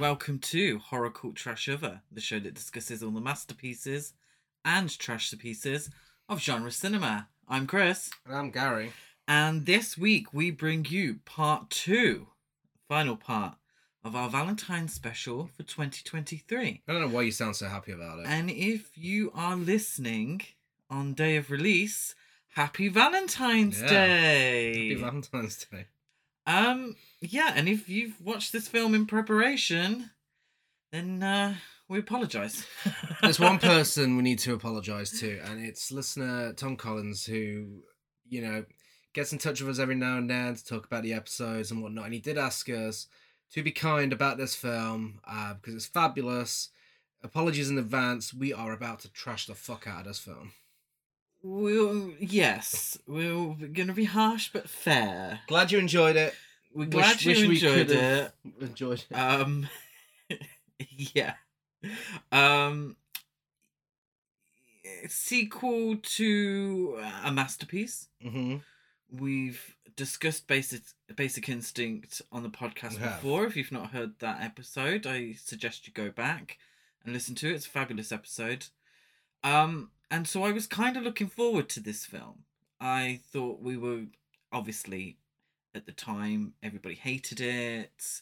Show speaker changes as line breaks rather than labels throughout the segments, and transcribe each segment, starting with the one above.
Welcome to Horror Cult Trash Over, the show that discusses all the masterpieces and trash the pieces of genre cinema. I'm Chris,
And I'm Gary.
and this week we bring you part two, final part of our Valentine's special for 2023.
I don't know why you sound so happy about it.
And if you are listening on day of release, happy Valentine's
Yeah.
Day!
Happy Valentine's Day.
Um, yeah, and if you've watched this film in preparation, then uh, we apologise.
There's one person we need to apologise to, and it's listener Tom Collins, who, you know, gets in touch with us every now and then to talk about the episodes and whatnot. And he did ask us to be kind about this film uh, because it's fabulous. Apologies in advance. We are about to trash the fuck out of this film.
We'll, yes, we're going to be harsh but fair.
Glad you enjoyed it.
We're
Wish-
glad you
wish we
enjoyed it.
could've- Enjoyed it.
Um, yeah. Um, sequel to uh, a masterpiece.
hmm
We've discussed basic Basic Instinct on the podcast
We have.
before. If you've not heard that episode, I suggest you go back and listen to it. It's a fabulous episode. Um, and so I was kind of looking forward to this film. I thought we were obviously at the time everybody hated it.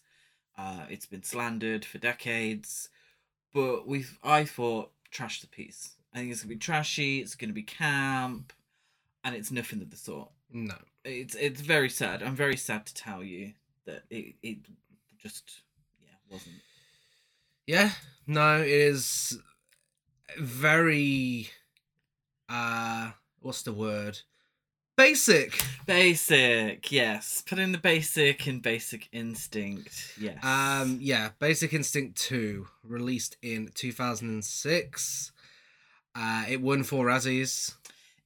Uh, it's been slandered for decades, but we I thought trash the piece. I think it's gonna be trashy. It's gonna be camp, and it's nothing of the sort
No.
it's it's very sad. I'm very sad to tell you that it it just yeah wasn't.
Yeah, no, it is very uh what's the word? Basic.
Basic, yes. Put in the basic and basic instinct, yes.
Um yeah, Basic Instinct 2 released in 2006. Uh it won four Razzies.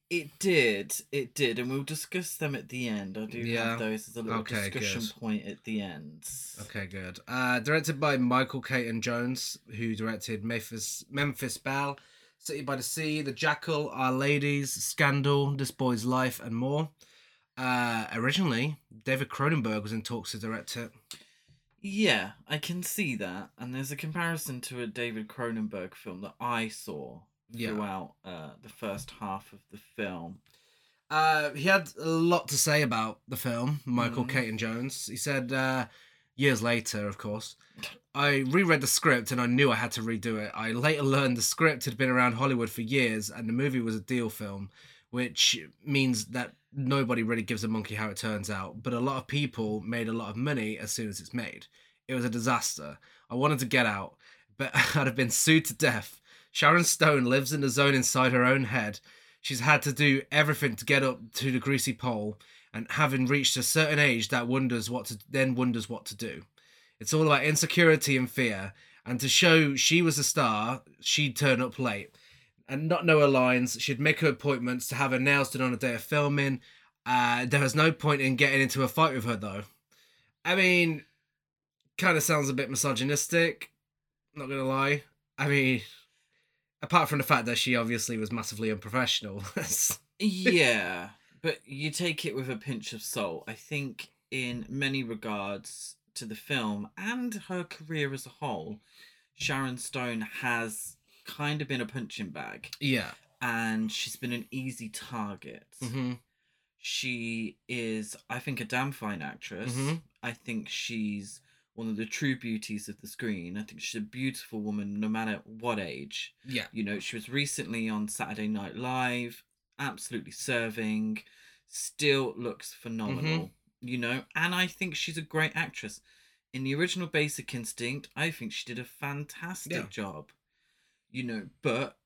it did, it did, and we'll discuss them at the end. I do
Yeah.
have those as a little
Okay,
discussion
good.
point at the end.
Okay, good. Uh directed by Michael Caton Jones, who directed Memphis Memphis Belle, City by the Sea, The Jackal, Our Ladies, Scandal, This Boy's Life and more. Uh originally, David Cronenberg was in talks to direct it.
Yeah, I can see that, and there's a comparison to a David Cronenberg film that I saw
Yeah.
throughout uh, the first half of the film.
Uh, he had a lot to say about the film, Michael
Mhm.
Caton Jones. He said, uh, years later, of course, I reread the script and I knew I had to redo it. I later learned the script had been around Hollywood for years and the movie was a deal film, which means that nobody really gives a monkey how it turns out, but a lot of people made a lot of money as soon as it's made. It was a disaster. I wanted to get out, but I'd have been sued to death. Sharon Stone lives in the zone inside her own head. She's had to do everything to get up to the greasy pole, and having reached a certain age, that wonders what to then wonders what to do. It's all about insecurity and fear. And to show she was a star, she'd turn up late and not know her lines. She'd make her appointments to have her nails done on a day of filming. Uh, there was no point in getting into a fight with her, though. I mean, kind of sounds a bit misogynistic. Not gonna lie. I mean, apart from the fact that she obviously was massively unprofessional.
yeah, but you take it with a pinch of salt. I think, in many regards to the film and her career as a whole, Sharon Stone has kind of been a punching bag
yeah.
and she's been an easy target.
Mm-hmm.
She is, I think, a damn fine actress.
Mhm.
I think she's one of the true beauties of the screen. I think she's a beautiful woman, no matter what age.
Yeah.
You know, she was recently on Saturday Night Live, absolutely serving, still looks phenomenal,
Mm-hmm.
you know, and I think she's a great actress. In the original Basic Instinct, I think she did a fantastic
Yeah.
job, you know, but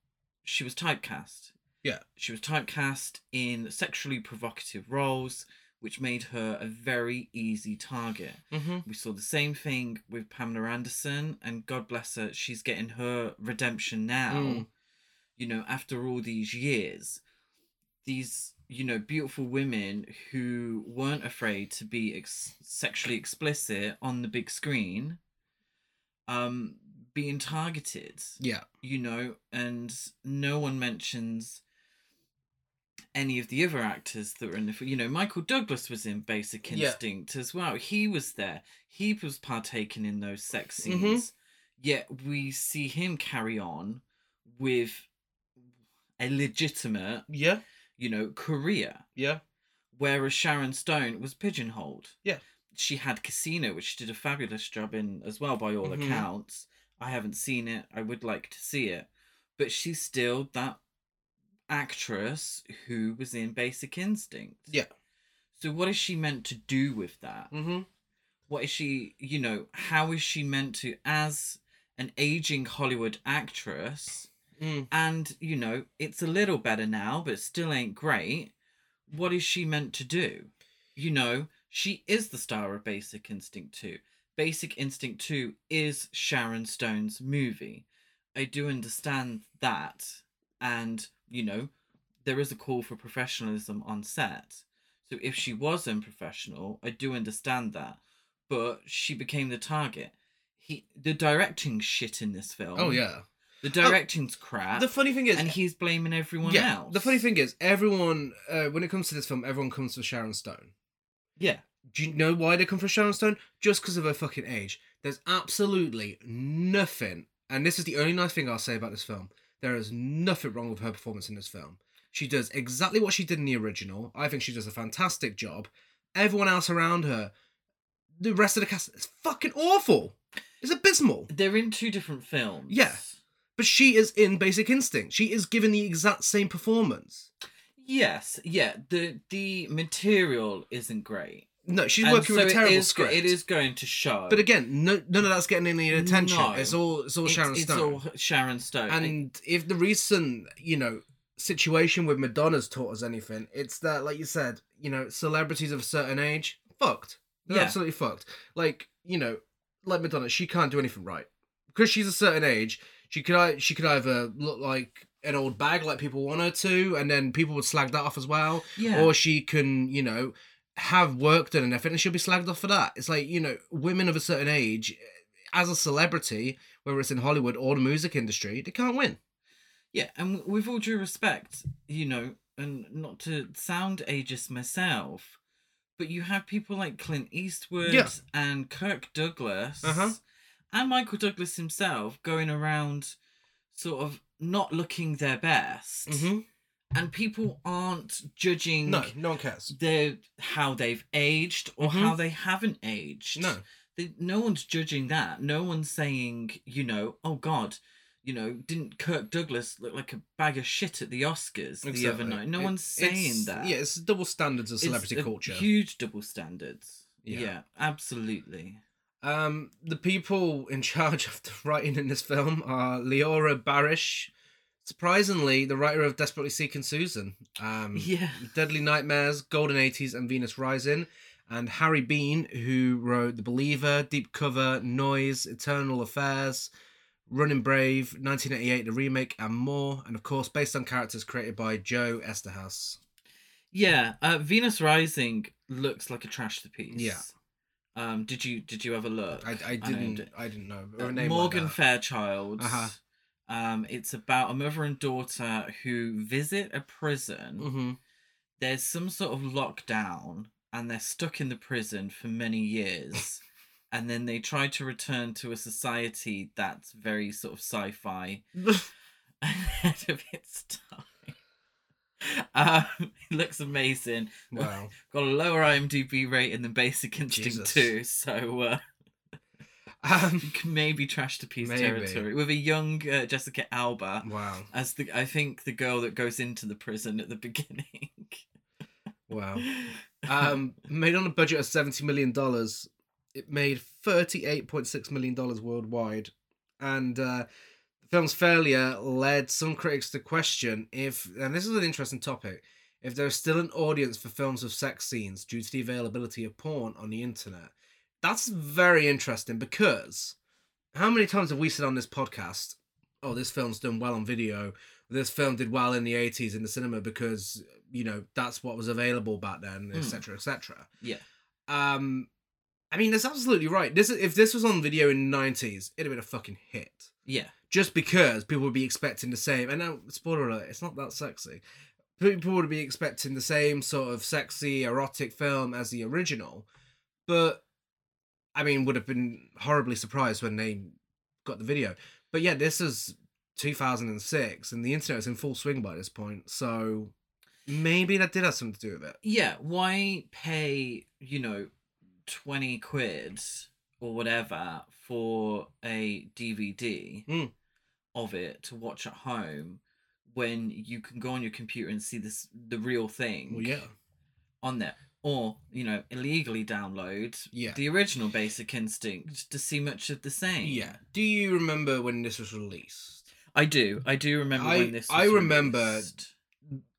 she was typecast.
Yeah.
She was typecast in sexually provocative roles, which made her a very easy target.
Mm-hmm.
We saw the same thing with Pamela Anderson, and God bless her, she's getting her redemption now.
Mm.
You know, after all these years, these you know beautiful women who weren't afraid to be ex- sexually explicit on the big screen, um, being targeted
Yeah.
you know, and no one mentions any of the other actors that were in the film. You know, Michael Douglas was in Basic
Yeah.
Instinct as well. He was there. He was partaking in those sex
Mhm.
scenes. yet we see him carry on with a legitimate,
Yeah,
you know, career.
yeah,
Whereas Sharon Stone was pigeonholed.
Yeah.
She had Casino, which she did a fabulous job in as well, by all
Mhm.
accounts. I haven't seen it. I would like to see it. But she's still that actress who was in Basic Instinct.
Yeah.
So what is she meant to do with that?
mm-hmm.
what is she you know how is she meant to as an aging hollywood actress
mm-hmm.
Mm.
and you know it's a little better now but still ain't great what is she meant to do you know she is the star of basic instinct 2 basic instinct 2 is sharon stone's movie i do understand that and you know there is a call for professionalism on set so if she was unprofessional i do understand that but she became the target. He the directing shit in this film.
Oh yeah.
the directing's crap.
The funny thing is,
and he's blaming everyone
e-, yeah.
else.
The funny thing is, everyone uh, when it comes to this film, everyone comes for Sharon Stone.
yeah,
Do you know why they come for Sharon Stone? Just because of her fucking age. There's absolutely nothing, and this is the only nice thing I'll say about this film. There is nothing wrong with her performance in this film. She does exactly what she did in the original. I think she does a fantastic job. Everyone else around her, the rest of the cast, is fucking awful. It's abysmal.
they're in two different films.
Yeah. But she is in Basic Instinct. She is given the exact same performance.
Yes, yeah. The the material isn't great.
No, she's
And
working
so
with
it
a terrible
is-
script.
It is going to show.
But again, no, none of that's getting any attention.
No.
It's all it's all
It's-
Sharon
it's
Stone.
all Sharon Stone.
And if the recent, you know, situation with Madonna's taught us anything, it's that, like you said, you know, celebrities of a certain age, fucked. They're
Yeah.
absolutely fucked. Like, you know, like Madonna, she can't do anything right. Because she's a certain age, she could ei- she could either look like an old bag like people want her to, and then people would slag that off as well.
yeah,
Or she can, you know, have work done and everything, and she'll be slagged off for that. It's like, you know, women of a certain age, as a celebrity, whether it's in Hollywood or the music industry, they can't win.
yeah. And w- with all due respect, you know, and not to sound ageist myself, but you have people like Clint Eastwood
Yeah.
and Kirk Douglas
Uh-huh.
and Michael Douglas himself going around sort of not looking their best. And people aren't judging
Mm-hmm. No, no one cares.
their how they've aged or
Mhm.
how they haven't aged.
No.
They, no one's judging that. No one's saying, you know, oh God, you know, didn't Kirk Douglas look like a bag of shit at the Oscars the other
Exactly.
night? No
It-
one's saying
it's-
that
Yeah, it's double standards of celebrity
it's a
culture.
Huge double standards.
Yeah.
Yeah. absolutely.
Um, the people in charge of the writing in this film are Leora Barish, surprisingly, the writer of Desperately Seeking Susan. Um,
Yeah.
Deadly Nightmares, Golden 80s, and Venus Rising. And Harry Bean, who wrote The Believer, Deep Cover, Noise, Eternal Affairs, Running Brave, 1988, the remake, and more. And of course, based on characters created by Joe Esterhaus.
Yeah. Uh, Venus Rising looks like a trash to piece.
Yeah.
Um, did you did you have a look?
I, I
named
didn't
it.
I, didn't know.
Uh,
a name like
Morgan
that.
Fairchild.
Uh-huh.
Um, it's about a mother and daughter who visit a prison.
Mhm.
There's some sort of lockdown, and they're stuck in the prison for many years. and then they try to return to a society that's very sort of sci-fi. ahead of its time. Um, it looks amazing.
wow.
Got a lower IMDb rating than Basic Instinct
Jesus.
2, so uh,
Um,
maybe trash to piece
Maybe.
territory with a young uh, Jessica Alba
wow.
as the I think the girl that goes into the prison at the beginning.
Wow. Um, made on a budget of $70 million, it made $38.6 million worldwide. And uh, the film's failure led some critics to question if, and this is an interesting topic, if there's still an audience for films with sex scenes due to the availability of porn on the internet. That's very interesting because how many times have we said on this podcast, oh, this film's done well on video, this film did well in the 80s in the cinema because, you know, that's what was available back then,
Hmm.
etc., etc.
Yeah.
Um, I mean, that's absolutely right. This is- If this was on video in the 90s, it'd have been a fucking hit
yeah.
just because people would be expecting the same. And now, spoiler alert, it's not that sexy. People would be expecting the same sort of sexy, erotic film as the original, but I mean, would have been horribly surprised when they got the video. But yeah, this is 2006, and the internet was in full swing by this point. So maybe that did have something to do with it.
yeah, why pay, you know, 20 quid or whatever for a DVD
Mm.
of it to watch at home when you can go on your computer and see this the real thing
Well, yeah,
on there? Or, you know, illegally download
yeah,
the original Basic Instinct to see much of the same.
yeah. Do you remember when this was released?
I do. I do remember
I-
when this was
I remember-
released.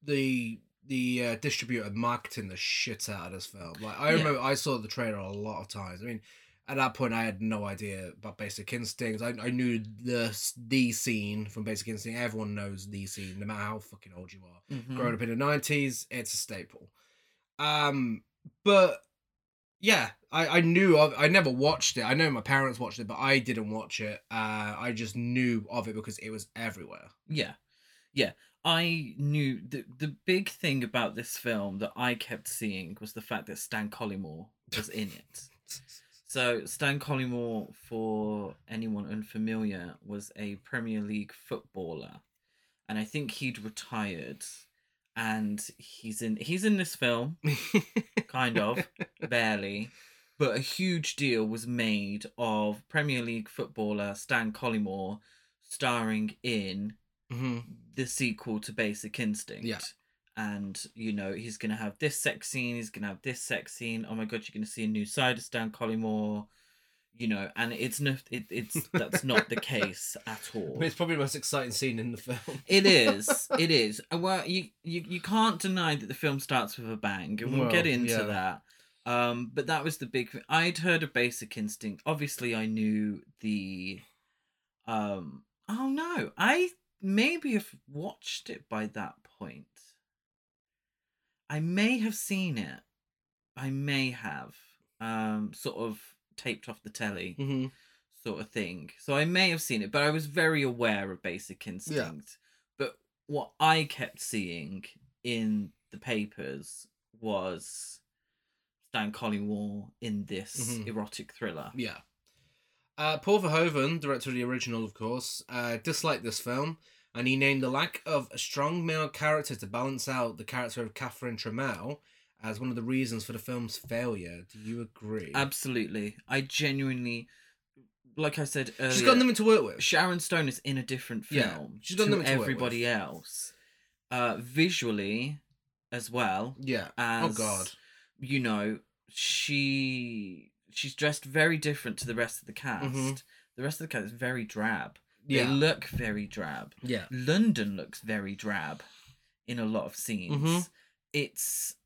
the the uh, distributor marketing the shit out of this film. Like I
Yeah.
remember, I saw the trailer a lot of times. I mean, at that point, I had no idea about Basic Instinct. I, I knew the s- the scene from Basic Instinct. Everyone knows the scene, no matter how fucking old you are.
Mhm.
Growing up in the nineties, it's a staple. Um, but yeah, I I knew of. I never watched it. I know my parents watched it, but I didn't watch it. Uh, I just knew of it because it was everywhere.
Yeah. Yeah. I knew the the big thing about this film that I kept seeing was the fact that Stan Collymore was in it. So Stan Collymore, for anyone unfamiliar, was a Premier League footballer, and I think he'd retired, and he's in he's in this film
Mm-hmm.
kind of barely but a huge deal was made of premier league footballer stan collymore starring in
hmm
the sequel to basic instinct
Yeah.
and you know he's gonna have this sex scene he's gonna have this sex scene oh my god you're gonna see a new side of stan collymore you know and it's not it, it's that's not the case at all
It's probably the most exciting scene in the film.
it is. It is. Uh, Well, you, you you can't deny that the film starts with a bang, and we'll,
Well,
get into
yeah.
that. Um, but that was the big. thing. I'd heard of Basic Instinct. Obviously, I knew the. Um. Oh no! I maybe have watched it by that point. I may have seen it. I may have. Um. Sort of taped off the telly
Mm-hmm.
sort of thing. So I may have seen it, but I was very aware of Basic Instinct. But what I kept seeing in the papers was Stan Collymore in this
Mhm.
erotic thriller.
Yeah. Uh, Paul Verhoeven, director of the original, of course, uh, disliked this film, and he named the lack of a strong male character to balance out the character of Catherine Trammell as one of the reasons for the film's failure. Do you agree?
Absolutely. I genuinely, like I said earlier,
She's got nothing to work with.
Sharon Stone is in a different film
Yeah, she's got
to
nothing to work with.
everybody else. Uh, visually, as well
Yeah.
as
Oh God.
you know, she she's dressed very different to the rest of the cast.
Mhm.
The rest of the cast is very drab.
Yeah.
They look very drab.
yeah.
London looks very drab in a lot of scenes.
Mhm.
It's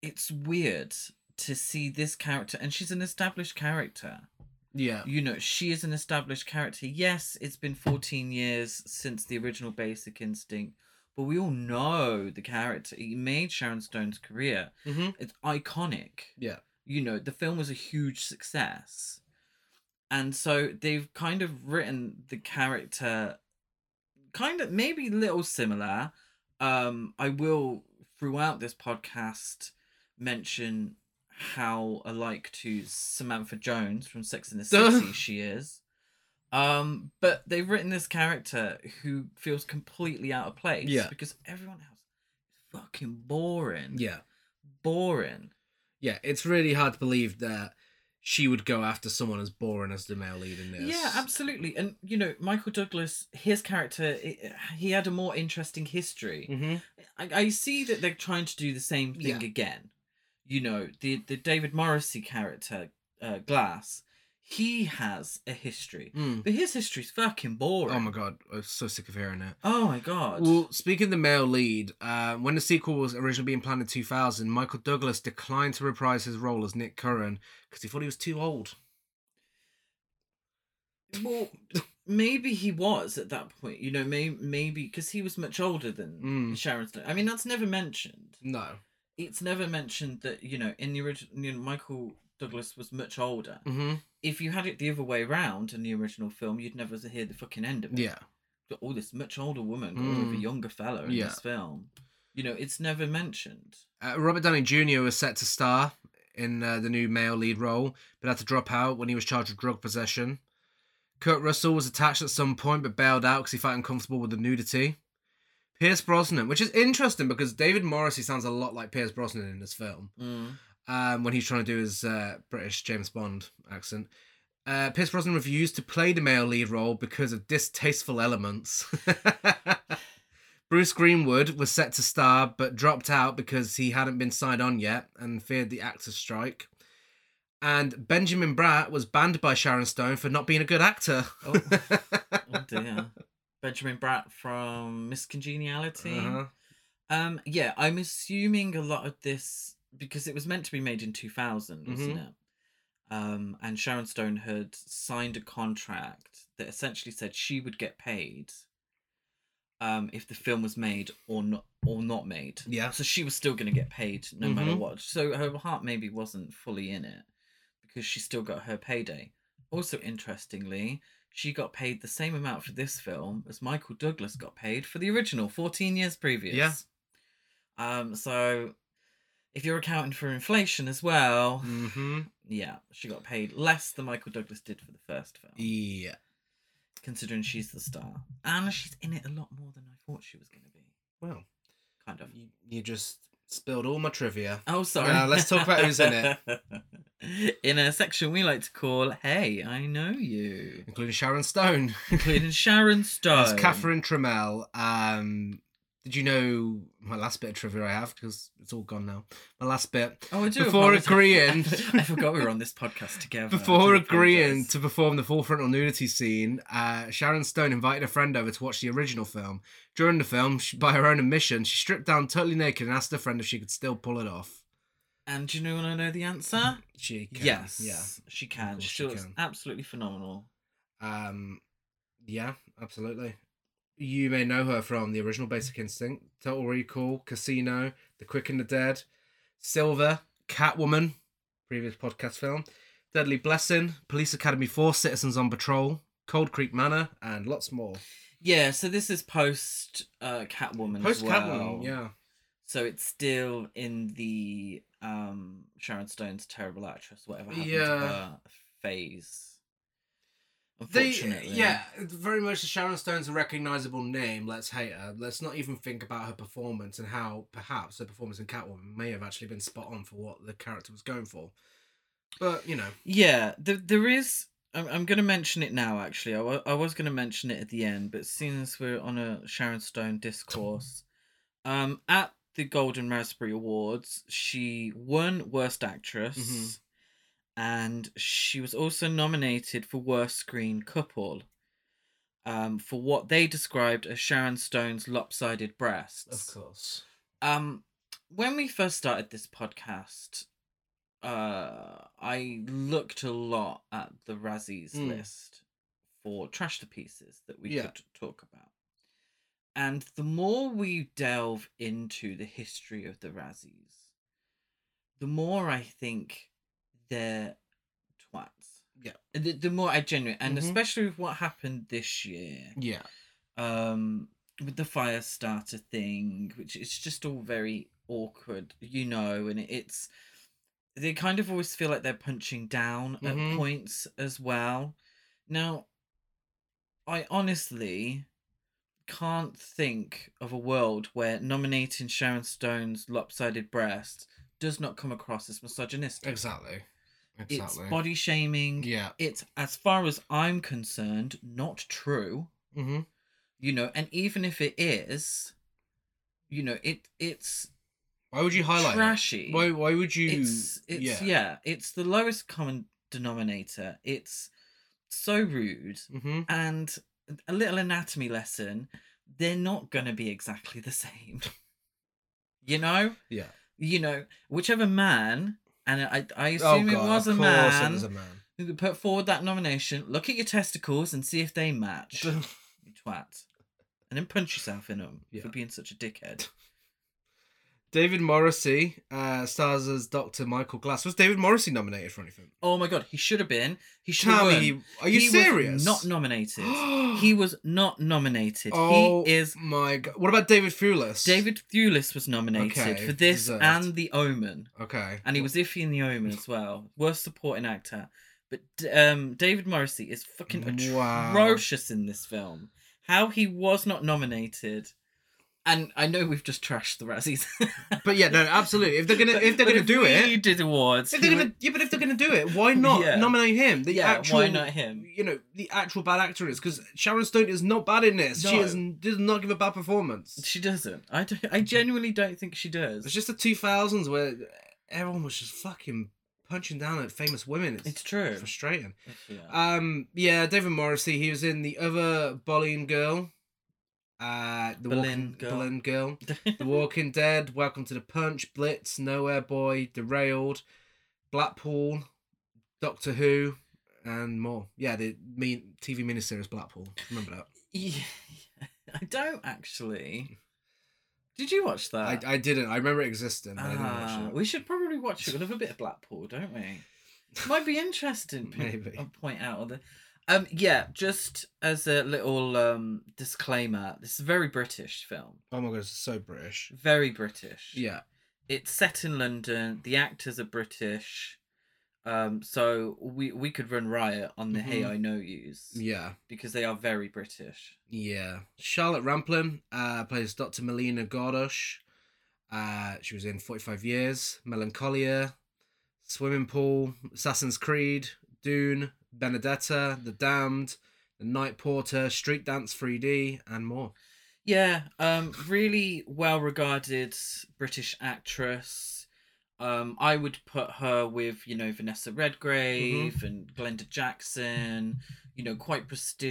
it's weird to see this character and she's an established character.
Yeah.
You know, she is an established character. Yes, it's been 14 years since the original Basic Instinct, but we all know the character. He made Sharon Stone's career
Mm-hmm.
it's iconic.
Yeah.
You know, the film was a huge success. And so they've kind of written the character kind of maybe little similar. Um I will throughout this podcast mention how alike to Samantha Jones from Sex and the
Duh.
City she is. Um, but they've written this character who feels completely out of place
Yeah.
because everyone else is fucking boring
Yeah.
boring.
Yeah. It's really hard to believe that she would go after someone as boring as the male lead in this.
Yeah, absolutely. And you know, Michael Douglas, his character, i- he had a more interesting history.
Mm-hmm.
I, I see that they're trying to do the same thing
Yeah.
again. You know, the the David Morrissey character, uh, Glass, he has a history, but his history's fucking boring.
Mm. Oh my God. I'm so sick of hearing it.
Oh my god.
Well, speaking of the male lead, uh, when the sequel was originally being planned in 2000, Michael Douglas declined to reprise his role as Nick Curran because he thought he was too old.
Well, maybe he was at that point. You know, may, maybe because he was much older than
Mm.
Sharon Stone. I mean, that's never mentioned.
No.
it's never mentioned that you know in the original you know, michael douglas was much older
hmm
if you had it the other way around in the original film you'd never hear the fucking end of it
Yeah.
Got all this much older woman got all with a
Mm.
younger fella in
Yeah.
this film you know it's never mentioned
Uh, Robert Downey Jr. was set to star in uh, the new male lead role, but had to drop out when he was charged with drug possession. Kurt Russell was attached at some point but bailed out because he felt uncomfortable with the nudity. Pierce Brosnan, which is interesting because David Morrissey sounds a lot like Pierce Brosnan in this film
Mm.
um, when he's trying to do his uh, British James Bond accent. Uh, Pierce Brosnan refused to play the male lead role because of distasteful elements. Bruce Greenwood was set to star but dropped out because he hadn't been signed on yet and feared the actors' strike. And Benjamin Bratt was banned by Sharon Stone for not being a good actor.
Oh. Oh dear. Benjamin Bratt from Miss Congeniality.
Uh-huh.
Um, yeah, I'm assuming a lot of this because it was meant to be made in 2000, wasn't it? Um, and Sharon Stone had signed a contract that essentially said she would get paid um, if the film was made or not or not made.
Yeah.
So she was still going to get paid no matter
Mhm.
what. So her heart maybe wasn't fully in it because she still got her payday. Also, interestingly, she got paid the same amount for this film as Michael Douglas got paid for the original 14 years previous.
Yeah.
Um, so if you're accounting for inflation as well,
hmm
yeah, she got paid less than Michael Douglas did for the first film,
Yeah.
considering she's the star. And she's in it a lot more than I thought she was going to be.
Well,
Kind of.
you, you just spilled all my trivia.
Oh, sorry.
Now, let's talk about who's in
it. In a section we like to call "Hey, I Know You,"
Including Sharon Stone.
including Sharon
It's
Stone,
Catherine Trammell. Um, did you know my last bit of trivia I have because it's all gone now. My last bit
Oh, I do.
Before
apologise.
agreeing-
I forgot we were on this podcast together. I
before
do
agreeing
apologise.
to perform the full frontal nudity scene, uh, Sharon Stone invited a friend over to watch the original film. During the film, she, by her own admission, she stripped down totally naked and asked her friend if she could still pull it off.
And do you know when I know the answer?
She can,
yes.
yeah,
She can.
course
She,
she
looks
can.
absolutely phenomenal.
um, yeah, absolutely. You may know her from the original Basic Instinct, Total Recall, Casino, The Quick and the Dead, Silver, Catwoman, previous podcast film, Deadly Blessing, Police Academy 4, Citizens on Patrol, Cold Creek Manor, and lots more.
Yeah. So this is post uh, Catwoman. as
Post Catwoman,
well.
yeah.
So it's still in the um Sharon Stone's terrible actress, whatever happened to
Yeah.
her phase.
They,
Unfortunately.
yeah, it's very much Sharon Stone's a recognizable name. Let's hate her. Let's not even think about her performance and how perhaps her performance in Catwoman may have actually been spot on for what the character was going for. But you know,
Yeah, th- there is. I'm, I'm going to mention it now, actually. I wa- I was going to mention it at the end, but seeing as we're on a Sharon Stone discourse, um, at the Golden Raspberry Awards, she won Worst Actress,
Mhm.
and she was also nominated for Worst Screen Couple um, for what they described as Sharon Stone's lopsided breasts.
of course,
Um, when we first started this podcast, uh, I looked a lot at the Razzies
Mm.
list for trash to pieces that we
Yeah.
could talk about. And the more we delve into the history of the Razzies, the more I think they're twats.
Yeah.
The, the more I genuinely, and
Mhm.
especially with what happened this year
yeah,
um with the fire starter thing which it's just all very awkward you know and it's they kind of always feel like they're punching down
Mhm.
at points as well now i honestly can't think of a world where nominating sharon stone's lopsided breast does not come across as misogynistic
exactly,
it's body shaming
yeah,
it's as far as i'm concerned not true
mm-hmm.
you know and even if it is you know it it's
Why would you highlight? it?
trashy
Why? Why would you?
it's it's yeah. it's the lowest common denominator it's so rude
Mm-hmm.
and a little anatomy lesson they're not going to be exactly the same you know
Yeah.
you know whichever man and i i
Oh
assume
god,
it was a
of course it
man,
was a man.
who put forward that nomination look at your testicles and see if they match you twat. And then punch yourself in them
Yeah.
for being such a dickhead.
David Morrissey uh, stars as Doctor Michael Glass. Was David Morrissey nominated for anything?
Oh my god, he should have been. He should have
Tell
won.
me, he- are you
He was
serious?
not nominated. he was not nominated.
Oh
He is.
my god. What about David Thewlis?
David Thewlis was nominated
Okay,
for this
deserved.
and The Omen,
Okay.
and he was iffy in The Omen as well. Worst supporting actor. But d- um, David Morrissey is fucking
Wow.
atrocious in this film. How he was not nominated, and I know we've just trashed the Razzies.
But yeah, no, absolutely. If they're gonna if they're
But
gonna do
we
it,
did awards.
if they're
he
gonna
would-
yeah, but if they're gonna do it, why not
Yeah.
nominate him? The
yeah,
actual,
why not him?
You know, the actual bad actress because Sharon Stone is not bad in this. She
No.
is does not give a bad performance.
She doesn't. I, don't, I genuinely don't think she
It's
does.
just the two thousands where everyone was just fucking punching down at famous women. It's,
It's true.
frustrating.
Yeah.
Um, yeah, David Morrissey. He was in the other Boleyn girl. Uh, the
Boleyn
Walking,
Girl.
Boleyn girl. Uh, The Walking Dead, Welcome to the Punch, Blitz, Nowhere Boy, Derailed, Blackpool, Doctor Who, and more. Yeah, the mean TV miniseries Blackpool. Remember that?
Yeah, I don't actually. Did you watch that?
I, I didn't. I remember it existing. But I
Ah,
didn't watch
Uh, we should probably watch it. We'll have a bit of Blackpool, don't we? Might be interesting. p-
Maybe.
I'll point out on the. Um, yeah, just as a little um, disclaimer, this is a very British film.
it. Oh my god, it's so British.
Very British.
Yeah,
It's set in London. The actors are British. Um, so we we could run riot on the "Hey,
Mhm.
I Know Yous"
yeah,
because they are very British.
yeah. Charlotte Rampling uh, plays Dr. Melina Gordosh. Uh, she was in 45 Years, Melancholia, Swimming Pool, Assassin's Creed, Dune, Benedetta, The Damned, The Night Porter, Street Dance 3D, and more.
Yeah, um, really well regarded British actress. Um, I would put her with, you know, Vanessa Redgrave and Glenda Jackson, you know, quite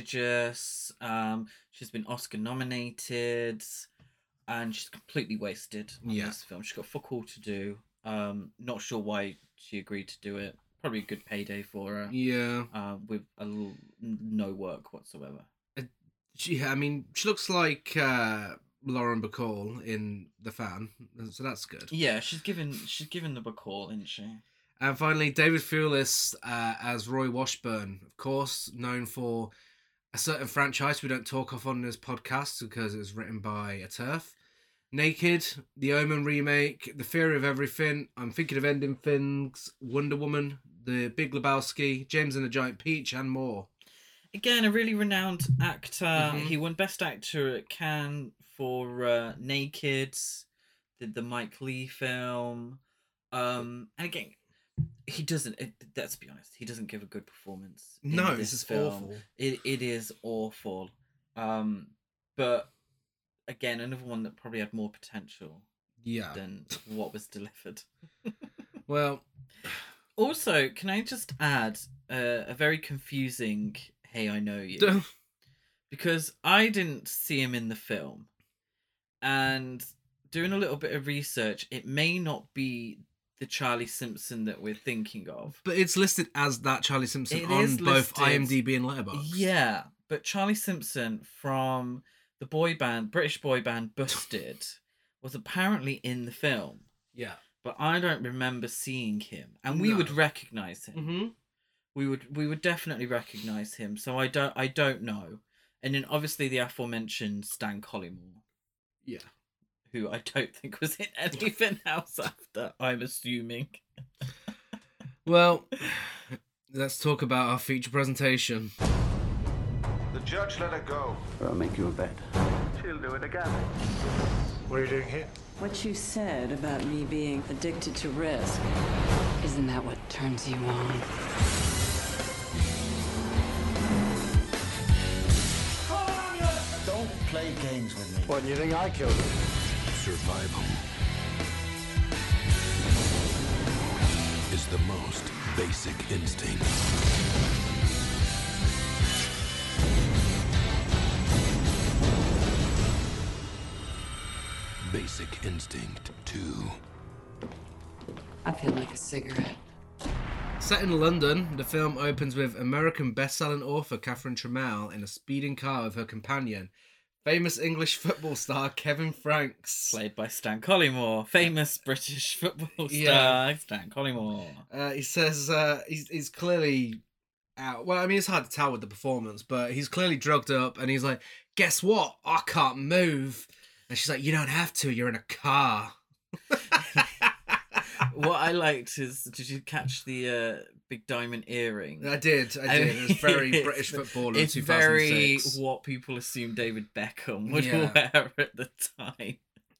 prestigious. Um, she's been Oscar nominated and she's completely wasted on
Yeah.
this film. She's got fuck all to do. Um, not sure why she agreed to do it. Probably a good payday for her.
Yeah.
Uh, with a l- no work whatsoever.
She, I mean, she looks like uh, Lauren Bacall in The Fan, so that's good.
Yeah, she's given she's given the call, isn't she?
And finally, David Thewlis uh, as Roy Washburn, of course, known for a certain franchise we don't talk off on this podcast because it was written by a turf. Naked, The Omen remake, The Theory of Everything, I'm Thinking of Ending Things, Wonder Woman, The Big Lebowski, James and the Giant Peach, and more.
again a really renowned actor
Mhm.
he won best actor at cannes for uh, naked did the mike lee film um and again he doesn't it, let's be honest he doesn't give a good performance in
No, this is
film.
awful.
it, it is awful um but again another one that probably had more potential
Yeah.
than what was delivered
Well,
also can i just add uh, a very confusing hey i know you because I didn't see him in the film. And doing a little bit of research, it may not be the Charlie Simpson that we're thinking of.
but it's listed as that Charlie Simpson
It
on
is
both
listed.
IMDb and Letterboxd.
Yeah, but Charlie Simpson from the boy band, British boy band Busted, was apparently in the film,
Yeah.
but I don't remember seeing him. And we would
No.
recognize him.
Mm-hmm.
we would we would definitely recognize him. So I don't I don't know. And then obviously the aforementioned Stan Collymore.
Yeah.
Who I don't think was in anything else after. I'm assuming.
Well, let's talk about our feature presentation.
The judge let her go.
I'll make you a bet.
She'll do it again.
What are you doing here?
What you said about me being addicted to risk, isn't that what turns you on?
Don't play games with me.
What, you think I killed him?
Survival is the most basic instinct. Basic Instinct 2.
I feel like a cigarette.
Set in London, the film opens with American best-selling author Catherine Trammell in a speeding car with her companion, famous English football star Kevin Franks.
Played by Stan Collymore, famous British football star
Yeah.
Stan Collymore.
Uh, he says uh, he's, he's clearly out. Well, I mean, it's hard to tell with the performance, but he's clearly drugged up, and he's like, "Guess what? I can't move." And she's like, "You don't have to. You're in a car."
what I liked is did you catch the uh, big diamond earring.
I did. I did. It was very British footballer in
It's very
2006.
what people assume David Beckham would
Yeah.
wear at the time.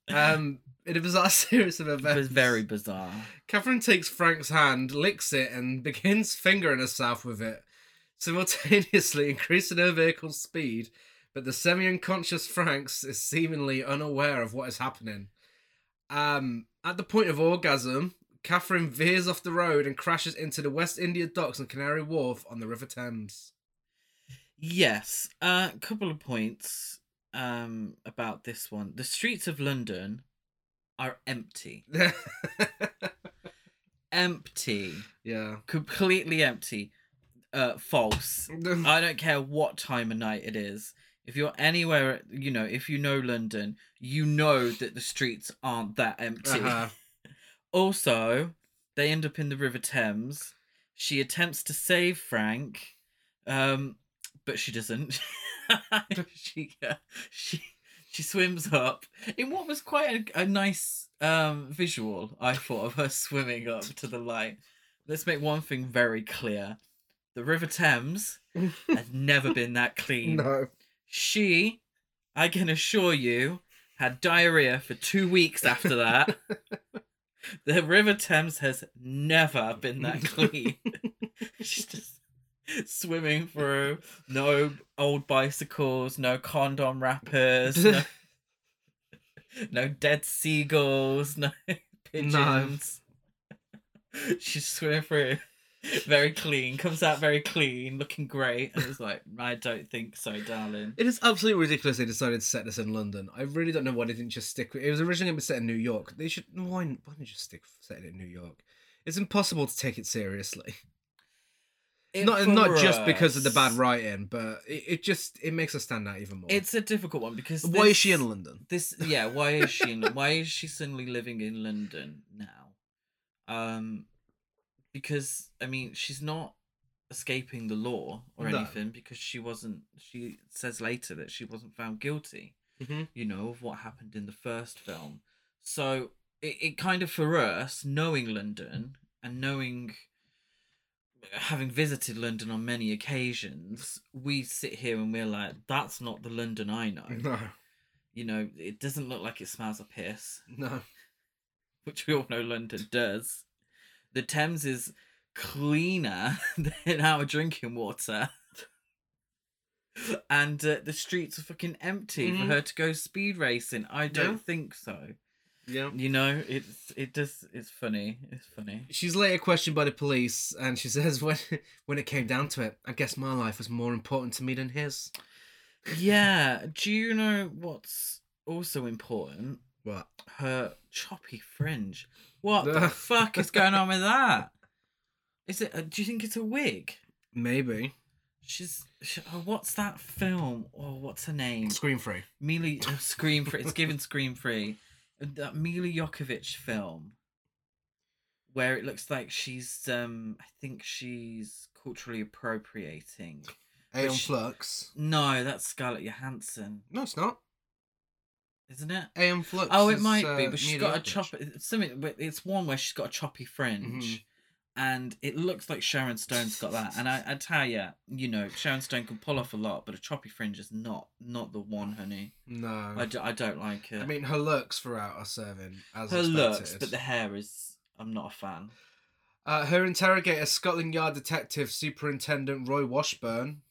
Um, in a bizarre series of
It
events,
was very bizarre.
Catherine takes Frank's hand, licks it, and begins fingering herself with it, simultaneously increasing her vehicle's speed. But the semi-unconscious Franks is seemingly unaware of what is happening. Um, at the point of orgasm, Catherine veers off the road and crashes into the West India docks and Canary Wharf on the River Thames.
Yes, a uh, couple of points um, about this one. The streets of London are empty. Empty.
yeah.
Completely empty. Uh, false.
Mm.
I don't care what time of night it is. If you're anywhere, you know, if you know London, you know that the streets aren't that empty.
Uh-huh.
Also, they end up in the River Thames. She attempts to save Frank, um, but she doesn't. she, uh, she she swims up in what was quite a, a nice um, visual, I thought, of her swimming up to the light. Let's make one thing very clear: the River Thames has never been that clean.
No.
She, I can assure you, had diarrhea for two weeks after that. the River Thames has never been that clean. She's just swimming through, no old bicycles, no condom wrappers, no, no dead seagulls, no pigeons. She's swimming through. Very clean, comes out very clean, looking great. And it's like, I don't think so, darling.
It is absolutely ridiculous they decided to set this in London. I really don't know why they didn't just stick with it. was originally going to be set in New York. They should why why didn't they just stick set it in New York? It's impossible to take it seriously. not not just because of the bad
ride.
writing, but it, it just it makes her stand out even more.
It's a difficult one because
why is she
this-
in London?
This yeah, why is she in, why is she suddenly living in London now? Um because I mean, she's not escaping the law or
No.
anything because she wasn't she says later that she wasn't found guilty,
Mhm.
you know, of what happened in the first film. So it, it kind of for us, knowing London and knowing having visited London on many occasions, we sit here and we're like, that's not the London I know
No,
you know, it doesn't look like it smells of piss,
no.
which we all know London does. The Thames is cleaner than our drinking water. And uh, the streets are fucking empty for
Mhm.
her to go speed racing. I don't
Yeah.
think so.
Yeah.
You know, it's it just it's funny. It's funny.
She's later questioned by the police, and she says, "When when it came down to it, I guess my life was more important to me than his."
Yeah. Do you know what's also important?
What?
her choppy fringe. What the fuck is going on with that? Is it? uh, do you think it's a wig?
Maybe
She's. She, oh, what's that film? Oh, what's her name?
screen free.
Mili uh, Scream Free. It's given Scream Free. Uh, That Mila Jokovic film, where it looks like she's. Um, I think she's culturally appropriating.
Aeon
she-
Flux.
No, that's Scarlett Johansson,
No, it's not.
isn't it?
Aeon Flux.
Oh, it
is,
might be,
uh,
but she's
Mila
got a
Jovovich.
chop. Something. but It's one where she's got a choppy fringe,
Mm-hmm.
and it looks like Sharon Stone's got that. And I, I tell you, you know, Sharon Stone can pull off a lot, but a choppy fringe is not not the one, honey.
No.
I, d- I don't like it.
I mean, her looks throughout are serving as
her
expected.
looks, but the hair is. I'm not a fan.
uh, her interrogator, Scotland Yard Detective Superintendent Roy Washburn.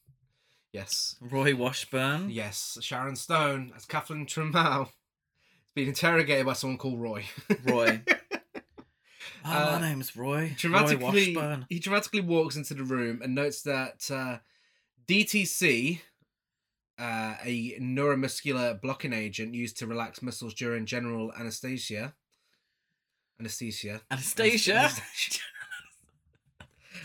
Yes,
Roy Washburn.
yes, Sharon Stone as Kathleen Trammell has been interrogated by someone called Roy.
Roy. oh,
Uh,
my name's Roy. Roy
dramatically,
Washburn.
he dramatically walks into the room and notes that uh, DTC, uh, a neuromuscular blocking agent used to relax muscles during general anesthesia. Anesthesia.
Anastasia.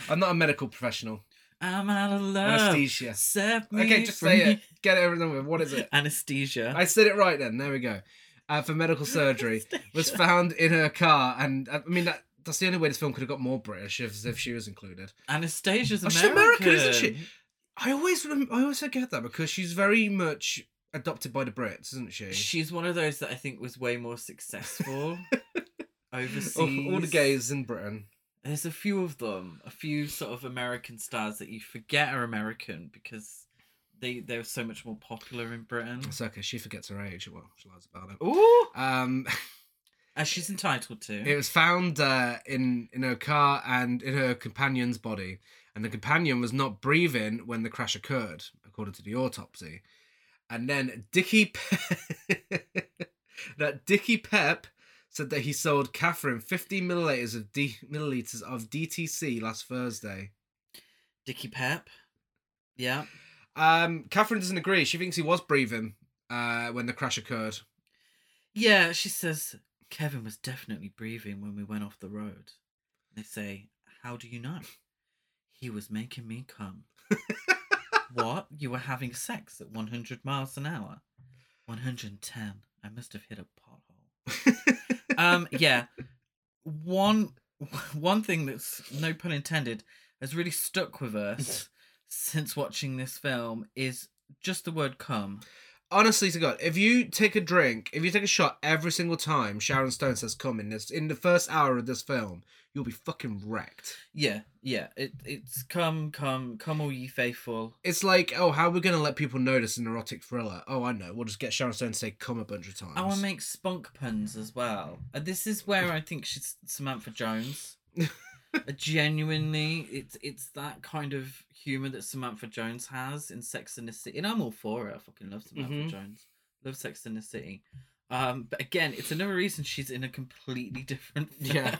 I'm not a medical professional.
I'm out of love.
Anastasia.
Save me
Okay, just
from
say
you.
it. Get it over and done with. What is it?
Anesthesia.
I said it right then. There we go. Uh, for medical surgery was found in her car, and uh, I mean that that's the only way this film could have got more British is if she was included.
Anastasia's
Oh,
American.
she's American, isn't she? I always rem- I always forget that because she's very much adopted by the Brits, isn't she?
She's one of those that I think was way more successful
All-
overseas.
Oh, all, the gays in Britain.
There's a few of them, a few sort of American stars that you forget are American because they they were so much more popular in Britain.
It's okay. She forgets her age. Well, she lies about it. Oh,
Ooh,
Um,
as Uh, she's entitled to.
it was found uh, in in her car and in her companion's body, and the companion was not breathing when the crash occurred, according to the autopsy. And then Dickie Pe- that Dickie Pep said that he sold Catherine 50 milliliters of D- milliliters of DTC last Thursday.
Dickie Pep. Yeah.
Um, Catherine doesn't agree. She thinks he was breathing uh, when the crash occurred.
Yeah, she says Kevin was definitely breathing when we went off the road. They say, How do you know? He was making me come. what? You were having sex at 100 miles an hour? 110. I must have hit a pothole. um, yeah. One one thing that's no pun intended has really stuck with us since watching this film is just the word "come."
honestly to God, if you take a drink, if you take a shot every single time Sharon Stone says "come" in this in the first hour of this film, you'll be fucking wrecked.
Yeah, yeah. It it's come, come, come, all ye faithful.
It's like, oh, how are we gonna let people know this is an erotic thriller? Oh, I know. We'll just get Sharon Stone to say "come" a bunch of times.
Oh, I want to make spunk puns as well. And this is where I think she's Samantha Jones. Uh, Genuinely, it's it's that kind of humor that Samantha Jones has in Sex and the City, and I'm all for it. I fucking love Samantha
Mhm.
Jones. Love Sex and the City. Um, but again, it's another reason she's in a completely different.
Yeah.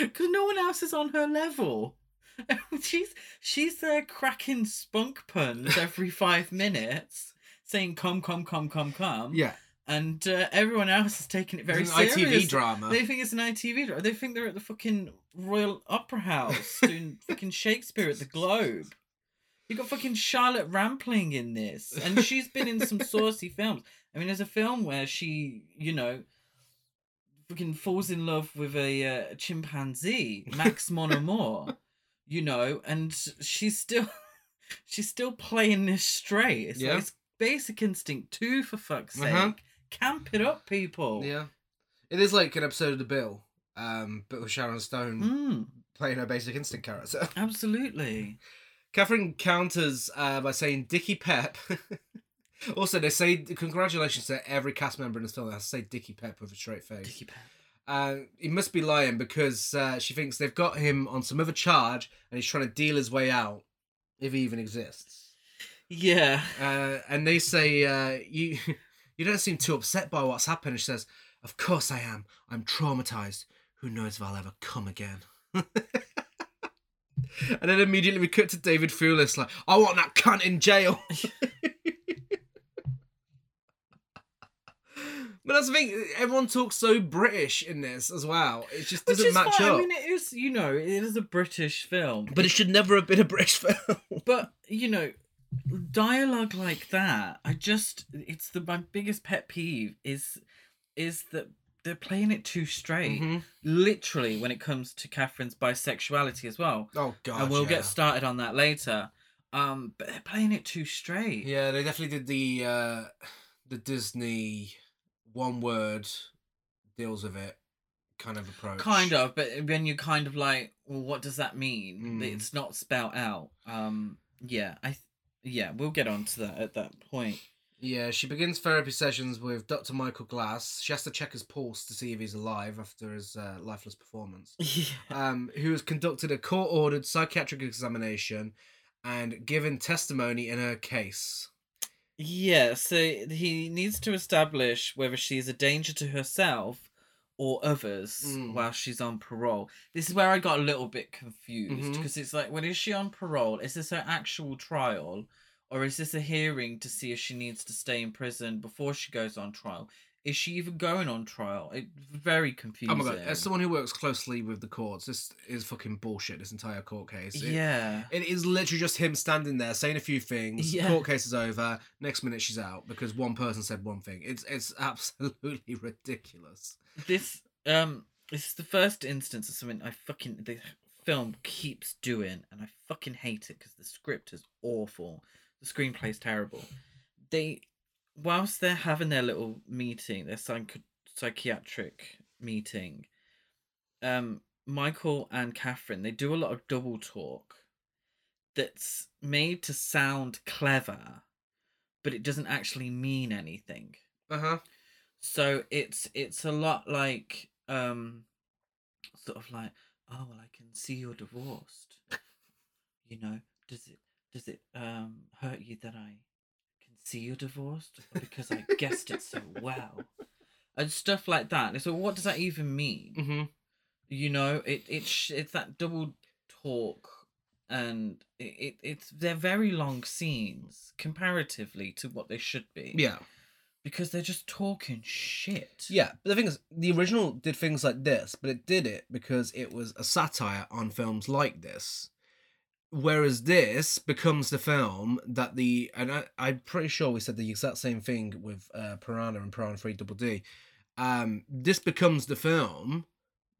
Because no one else is on her level. she's she's there cracking spunk puns every five minutes, saying "come, come, come, come, come."
yeah,
and uh, everyone else is taking it very
it's an
seriously.
ITV drama.
They think it's an ITV drama. They think they're at the fucking Royal Opera House doing fucking Shakespeare at the Globe. You got fucking Charlotte Rampling in this, and she's been in some saucy films. I mean, there's a film where she, you know, fucking falls in love with a uh, chimpanzee, Max Monomore, you know, and she's still, she's still playing this straight. It's, like,
Yeah.
it's Basic Instinct two for fuck's sake.
Uh-huh.
Camp it up, people.
yeah. It is like an episode of The Bill, um, but with Sharon Stone
Mm,
playing her basic instinct character.
absolutely.
Catherine counters uh, by saying "Dicky Pep." also, they say congratulations to every cast member in this film. They have to say "Dicky Pep" with a straight face.
Dicky Pep.
Uh, he must be lying because uh, she thinks they've got him on some other charge and he's trying to deal his way out, if he even exists.
Yeah.
Uh, and they say, uh, "You, you don't seem too upset by what's happened." And she says, "Of course I am. I'm traumatized. Who knows if I'll ever come again." and then immediately we cut to David Thewlis, like, "I want that cunt in jail." But that's the thing. Everyone talks so British in this as well. It just doesn't match
fine.
up.
I mean, it is, you know, it is a British film.
But it should never have been a British film.
But you know, dialogue like that, I just it's the my biggest pet peeve is is that they're playing it too straight.
Mm-hmm.
Literally when it comes to Catherine's bisexuality as well.
Oh god.
and we'll
yeah.
get started on that later. Um but they're playing it too straight.
Yeah, they definitely did the uh the Disney one word deals with it kind of approach.
Kind of, but when you're kind of like, well, what does that mean?
Mm.
It's not spelled out. Um yeah, I th- yeah, we'll get on to that at that point.
Yeah, she begins therapy sessions with Dr. Michael Glass. She has to check his pulse to see if he's alive after his uh, lifeless performance. um, who has conducted a court ordered psychiatric examination and given testimony in her case.
Yeah, so he needs to establish whether she is a danger to herself or others
Mm.
while she's on parole. This is where I got a little bit confused
Mhm.
because it's like, when is she on parole? Is this her actual trial? Or is this a hearing to see if she needs to stay in prison before she goes on trial? Is she even going on trial? It very
Oh
confusing.
my god, as someone who works closely with the courts, this is fucking bullshit, this entire court case. It-
yeah.
It is literally just him standing there saying a few things.
Yeah.
Court case is over. Next minute she's out because one person said one thing. It's it's absolutely ridiculous.
this um this is the first instance of something I fucking the film keeps doing, and I fucking hate it because the script is awful. The screenplay's terrible. They, whilst they're having their little meeting, their psych- psychiatric meeting, um, Michael and Catherine, they do a lot of double talk that's made to sound clever, but it doesn't actually mean anything.
Uh huh.
So it's it's a lot like um sort of like, oh well I can see you're divorced. You know, does it does it um hurt you that I can see you're divorced? Or because I guessed it so well. And stuff like that. So what does that even mean?
hmm
you know it it's sh- it's that double talk and it, it it's they're very long scenes comparatively to what they should be
Yeah.
because they're just talking shit
Yeah, but the thing is, the original did things like this, but it did it because it was a satire on films like this. Whereas this becomes the film that the and I, I'm pretty sure we said the exact same thing with uh, Piranha and Piranha Three Double D. Um, this becomes the film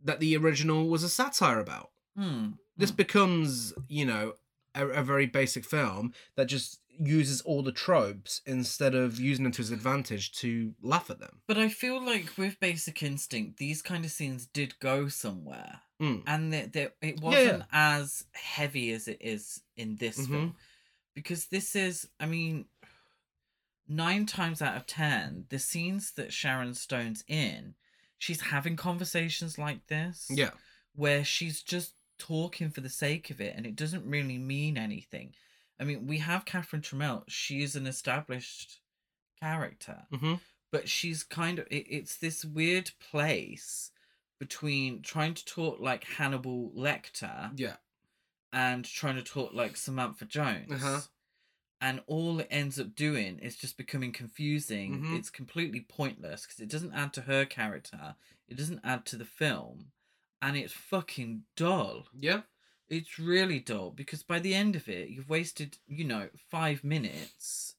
that the original was a satire about.
Hmm.
This becomes, you know, a, a very basic film that just uses all the tropes instead of using them to his advantage to laugh at them.
but i feel like with basic instinct these kind of scenes did go somewhere
Mm.
and that that it
Yeah, yeah.
wasn't as heavy as it is in this
Mhm.
film because this is i mean nine times out of ten the scenes that sharon stone's in she's having conversations like this
Yeah.
where she's just talking for the sake of it and it doesn't really mean anything i mean we have catherine trammell she is an established character
Mm-hmm.
but she's kind of it, it's this weird place between trying to talk like Hannibal Lecter
Yeah.
and trying to talk like Samantha Jones.
Uh-huh.
And all it ends up doing is just becoming confusing.
Mhm.
It's completely pointless because it doesn't add to her character. It doesn't add to the film. And it's fucking dull.
Yeah.
It's really dull because by the end of it, you've wasted, you know, five minutes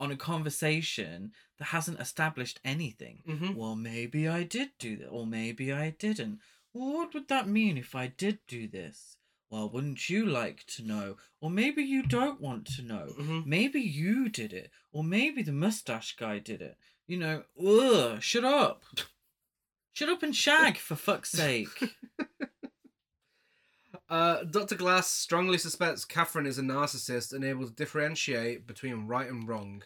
on a conversation that hasn't established anything.
Mhm.
Well, maybe I did do that, or maybe I didn't. Well, what would that mean if I did do this? Well, wouldn't you like to know? Or maybe you don't want to know.
Mhm.
Maybe you did it, or maybe the mustache guy did it. You know, ugh, shut up. Shut up and shag, for fuck's sake.
Uh, Dr. Glass strongly suspects Catherine is a narcissist and able to differentiate between right and wrong.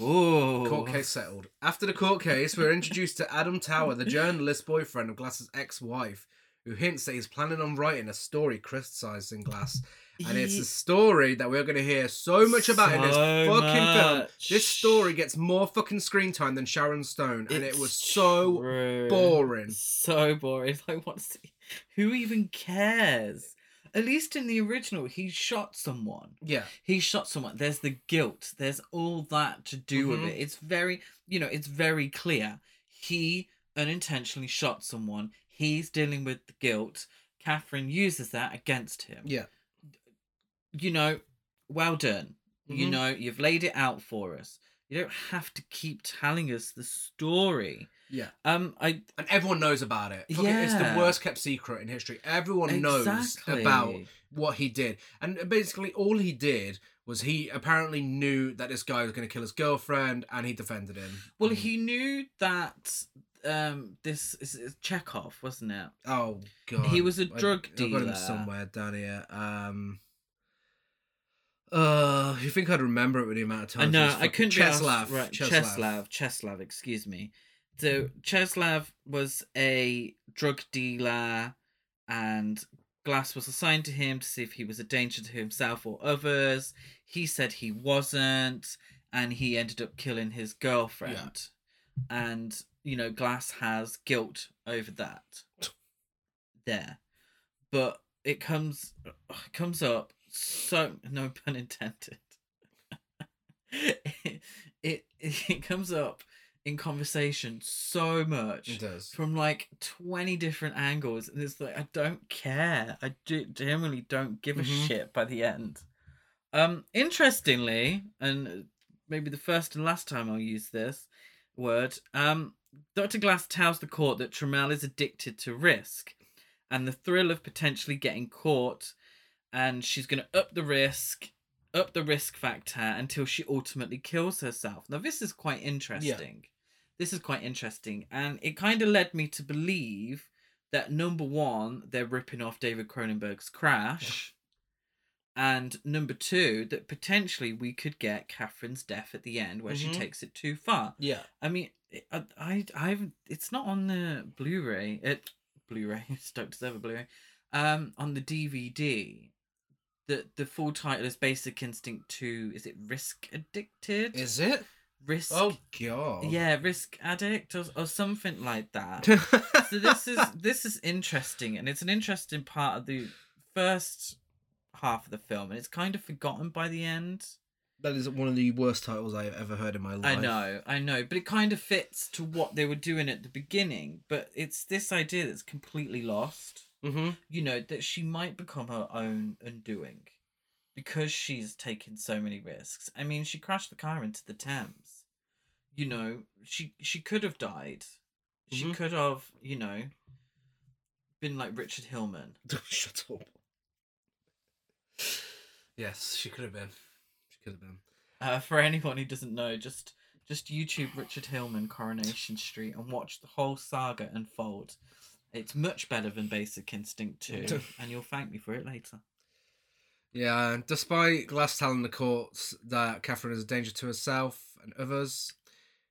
Ooh.
Court case settled. After the court case, we're introduced to Adam Tower, the journalist boyfriend of Glass's ex wife, who hints that he's planning on writing a story criticizing Glass. And it's a
Ye-
story that we're going to hear so much about in this
So
fucking film. This
much.
story gets more fucking screen time than Sharon Stone, and it
It's
was so
true.
boring.
So boring. It's Like, what's he... who even cares? At least in the original, he shot someone.
Yeah.
He shot someone. There's the guilt. There's all that to do with
Mhm.
it. It's very, you know, it's very clear. He unintentionally shot someone. He's dealing with the guilt. Catherine uses that against him.
Yeah.
You know, well done. You
Mhm.
know, you've laid it out for us. You don't have to keep telling us the story.
Yeah.
Um, I
And everyone knows about it. Fucking- It's the
Yeah.
worst kept secret in history. Everyone knows
Exactly.
about what he did. And basically, all he did was he apparently knew that this guy was going to kill his girlfriend and he defended him. Um,
Well,
Mm.
he knew that um this is is Chekhov, wasn't it?
Oh, God.
He was a drug
I, I got
dealer.
him somewhere down here. Um. Uh, you think I'd remember it with the amount of
I
time?
know I couldn't be asked-
Cheslav, Mm.
Right, Cheslav, Cheslav. Excuse me. So Cheslav was a drug dealer, and Glass was assigned to him to see if he was a danger to himself or others. He said he wasn't, and he ended up killing his girlfriend. And you know, Glass has guilt over that. There, but it comes it comes up so no pun intended. it, it it comes up in conversation so
It
much
does.
from like 20 different angles and it's like i don't care i do, generally don't give a
Mhm.
shit by the end um interestingly and maybe the first and last time i'll use this word um dr glass tells the court that trammell is addicted to risk and the thrill of potentially getting caught and she's going to up the risk up the risk factor until she ultimately kills herself now this is quite interesting this is quite interesting and it kind of led me to believe that number one, they're ripping off David Cronenberg's Crash, and number two, that potentially we could get Catherine's death at the end where she takes it too far.
Yeah.
I mean, it- I, I, I've, it's not on the Blu-ray. It, Blu-ray, stuck to server Blu-ray. Um, on the DVD, the the full title is Basic Instinct Two. Is it Risk Addicted?
Is it?
Risk?
Oh god.
yeah, Risk Addict or or something like that. so this is this is interesting, and it's an interesting part of the first half of the film, and it's kind of forgotten by the end.
that is one of the worst titles I've ever heard in my life.
I know, I know, but it kind of fits to what they were doing at the beginning. But it's this idea that's completely lost.
Mm-hmm.
You know that she might become her own undoing because she's taken so many risks. I mean, she crashed the car into the Thames. You know, she she could have died. She
Mhm.
could have, you know, been like Richard Hillman.
Shut up. Yes, she could have been. She could have been.
Uh, for anyone who doesn't know, just just YouTube Richard Hillman Coronation Street and watch the whole saga unfold. It's much better than Basic Instinct 2, and you'll thank me for it later.
Yeah, despite Glass telling the courts that Catherine is a danger to herself and others,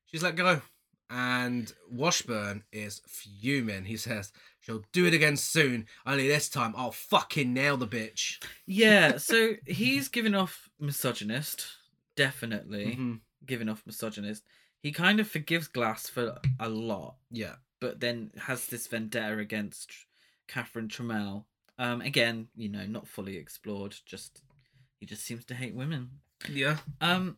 she's let go. And Washburn is fuming. He says, She'll do it again soon, only this time I'll fucking nail the bitch.
Yeah, so he's giving off misogynist, definitely
Mhm.
giving off misogynist. He kind of forgives Glass for a lot,
Yeah.
but then has this vendetta against Catherine Trammell. Um, again, you know, not fully explored. Just he just seems to hate women.
Yeah.
Um,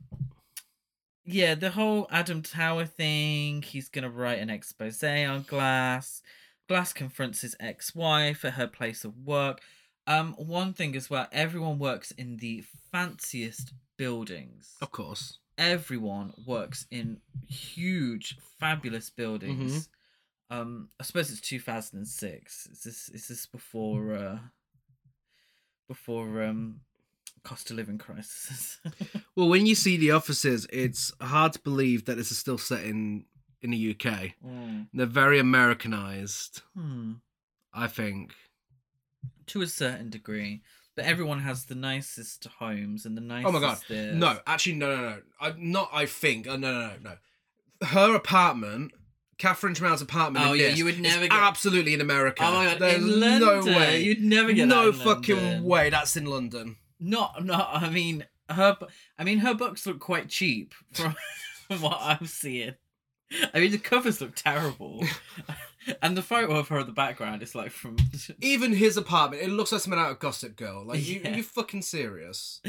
yeah, the whole Adam Tower thing. He's gonna write an expose on Glass. Glass confronts his ex-wife at her place of work. Um, one thing as well. Everyone works in the fanciest buildings.
Of course.
Everyone works in huge, fabulous buildings. Um, I suppose it's two thousand and six. Is this is this before uh, before um, cost of living crisis?
Well, when you see the offices, it's hard to believe that this is still set in, in the UK.
Mm.
They're very Americanized,
Hmm.
I think.
to a certain degree. But everyone has the nicest homes and the nicest.
Oh my god!
this.
No, actually, no, no, no. I not. I think. Oh, no, no, no, no. Her apartment, Catherine Trammell's apartment.
Oh,
in
yeah,
this
you would
is
never get-
Absolutely in America.
Oh my God,
There's
in
no
London.
way.
You'd never get that
No
in
fucking
London.
way. That's in London.
not not. I mean, her. bu- I mean, her books look quite cheap from, from what I'm seeing. I mean, the covers look terrible, and the photo of her in the background is like from.
Even his apartment, it looks like something out of Gossip Girl. Like you,
Yeah.
you fucking serious?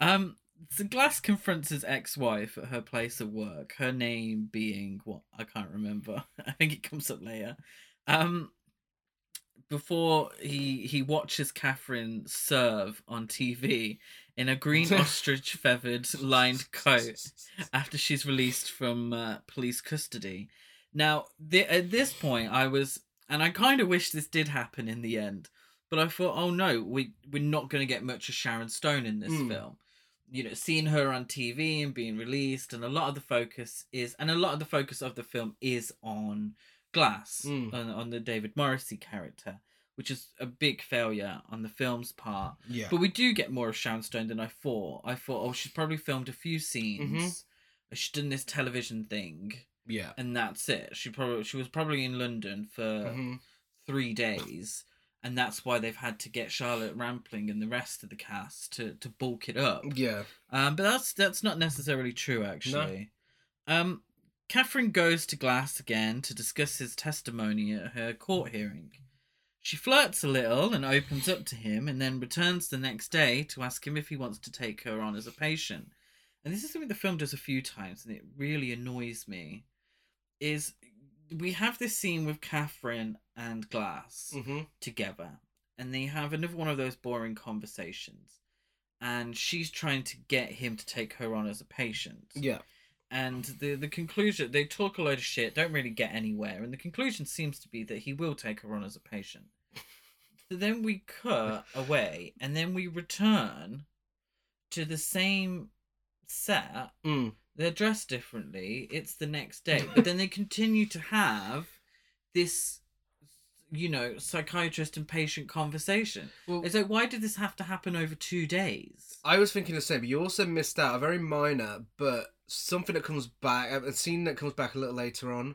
Um, so Glass confronts his ex-wife at her place of work. Her name being what I can't remember. I think it comes up later. Um, before he he watches Catherine serve on TV in a green ostrich feathered lined coat after she's released from uh, police custody. Now, th- at this point, I was, and I kind of wish this did happen in the end, but I thought, oh no, we we're not going to get much of Sharon Stone in this
Mm.
film. You know, seeing her on TV and being released, and a lot of the focus is, and a lot of the focus of the film is on Glass,
Mm.
on, on the David Morrissey character, which is a big failure on the film's part.
Yeah.
But we do get more of Sharon Stone than I thought. I thought, oh, she's probably filmed a few scenes. She's done this television thing,
yeah.
and that's it. She probably she was probably in London for
Mhm.
three days, and that's why they've had to get Charlotte Rampling and the rest of the cast to to bulk it up.
Yeah.
Um, but that's that's not necessarily true, actually. Um, Catherine goes to Glass again to discuss his testimony at her court hearing. She flirts a little and opens up to him, and then returns the next day to ask him if he wants to take her on as a patient. And this is something the film does a few times, and it really annoys me. Is we have this scene with Catherine and Glass
Mm-hmm.
together and they have another one of those boring conversations and she's trying to get him to take her on as a patient
Yeah.
and the the conclusion they talk a load of shit don't really get anywhere and the conclusion seems to be that he will take her on as a patient so then we cut away and then we return to the same set
Mm.
they're dressed differently it's the next day but then they continue to have this you know, psychiatrist and patient conversation.
Well-
it's like, why did this have to happen over two days?
I was thinking the same, but you also missed out a very minor, but something that comes back, a scene that comes back a little later on.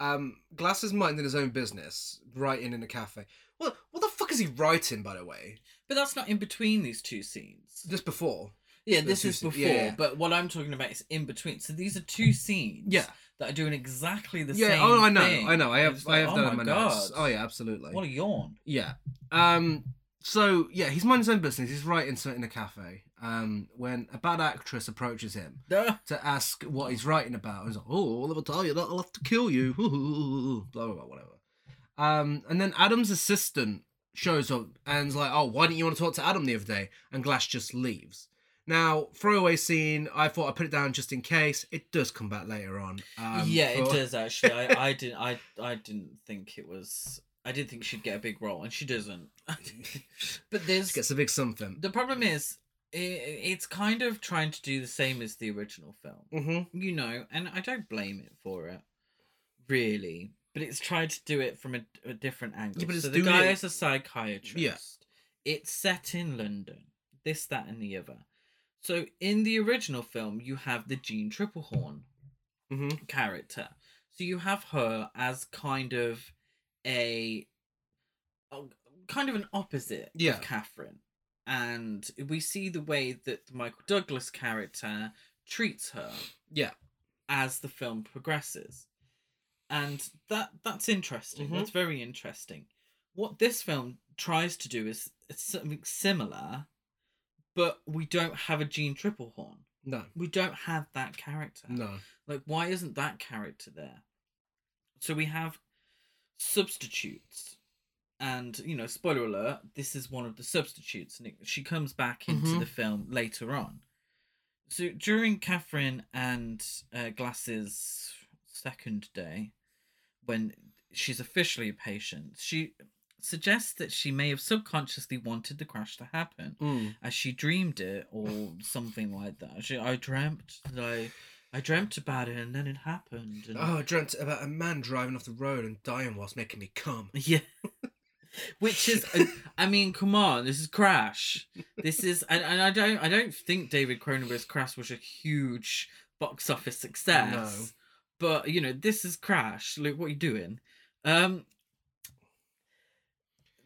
Um, Glass is minding his own business, writing in a cafe. What, what the fuck is he writing, by the way?
But that's not in between these two scenes.
Just before.
Yeah,
the
this
two
is
sce-
before,
yeah, yeah.
but what I'm talking about is in between. So these are two scenes
Yeah.
that are doing exactly the
yeah,
same
oh, I know,
thing.
I know. I
And
have,
it's like,
I have that in
my
my notes.
God,
Oh, yeah, absolutely.
What a yawn.
Yeah. Um. So yeah, he's minding his own business. He's writing something in a cafe. Um. When a bad actress approaches him
Duh.
to ask what he's writing about, he's like, "Oh, Oliver Talia, that'll have to kill you." Blah blah blah, whatever. Um. And then Adam's assistant shows up and's like, "Oh, why didn't you want to talk to Adam the other day?" And Glass just leaves. Now, throwaway scene. I thought I put it down just in case. It does come back later on. Um,
yeah, it
but-
does actually. I, I didn't I I didn't think it was I didn't think she'd get a big role and she doesn't. but there's
Just gets a big something.
the problem is i it's kind of trying to do the same as the original film.
Mm-hmm.
you know, and I don't blame it for it, really. But it's tried to do it from a, a different angle.
but it's
so the
doing
guy
it-
is a psychiatrist. It's set in London. This, that, and the other. So in the original film, you have the Jean Triplehorn
Mm-hmm.
character. So you have her as kind of a, a- kind of an opposite
Yeah.
of Catherine. And we see the way that the Michael Douglas character treats her
Yeah.
as the film progresses. And that that's interesting.
Mhm.
That's very interesting. What this film tries to do is is something similar, but we don't have a Gene Triplehorn.
No.
We don't have that character.
No.
Like, why isn't that character there? So we have substitutes. And, you know, spoiler alert, this is one of the substitutes. And it, she comes back into
Mhm.
the film later on. So during Catherine and uh, Glass's second day, when she's officially a patient, she suggests that she may have subconsciously wanted the crash to happen
Mm.
as she dreamed it or something like that. She, I dreamt that I, I dreamt about it and then it happened. And,
Oh, I dreamt about a man driving off the road and dying whilst making me come.
Yeah. Which is, uh, I mean, come on, this is Crash. This is, and, and I don't, I don't think David Cronenberg's Crash was a huge box office success. But you know, this is Crash. Look, what are you doing? Um,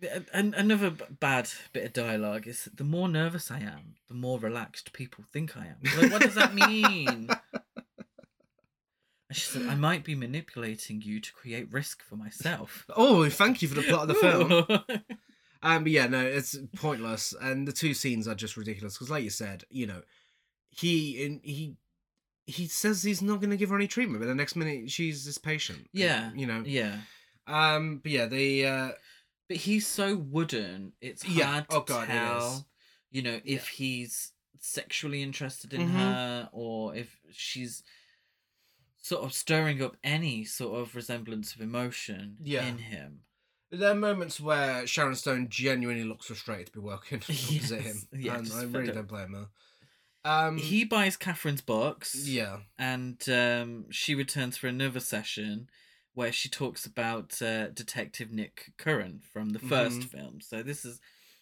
a- an, another b- bad bit of dialogue is the more nervous I am, the more relaxed people think I am. Like, what does that mean? And she said, I might be manipulating you to create risk for myself.
Oh, thank you for the plot of the film.
Ooh.
Um, but yeah, no, it's pointless, and the two scenes are just ridiculous. Because, like you said, you know, he and he he says he's not going to give her any treatment, but the next minute she's his patient.
Yeah.
you know.
yeah.
Um, but yeah, they. Uh,
But he's so wooden, it's hard
Yeah.
to
Oh, God, it is.
tell, you know, if he's sexually interested in
Mhm.
her or if she's sort of stirring up any sort of resemblance of emotion
Yeah.
in him.
there are moments where Sharon Stone genuinely looks frustrated to be working
Yes.
opposite him,
Yeah,
and
just
I
fed
really
up.
don't blame her. Um,
He buys Catherine's books.
yeah,
and um, she returns for another session where she talks about uh, Detective Nick Curran from the 1st
Mhm.
film. So this is,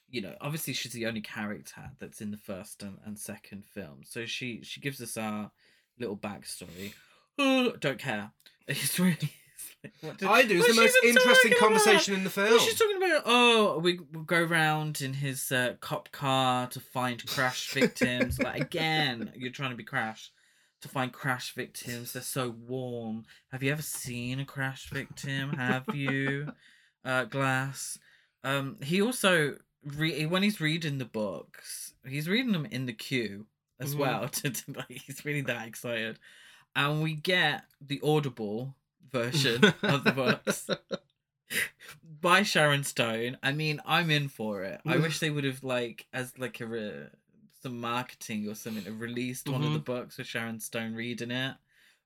you know, obviously she's the only character that's in the first and, and second film. So she she gives us our little backstory. Oh, don't care. It's really. it's like, what did-
I do. It's
what's
the
she
most
even
interesting
talking about?
conversation in the film.
Well, she's talking about oh, we will go round in his uh, cop car to find crash victims. like again, you're trying to be crash to find crash victims. They're so warm. Have you ever seen a crash victim? Have you, uh, Glass? Um, he also re- when he's reading the books, he's reading them in the queue as
Mhm.
well. To, to- like, he's really that excited, and we get the audible version of the books by Sharon Stone. I mean, I'm in for it. I wish they would have like as like a re- some marketing or something have released one
Mm-hmm.
of the books with Sharon Stone reading it.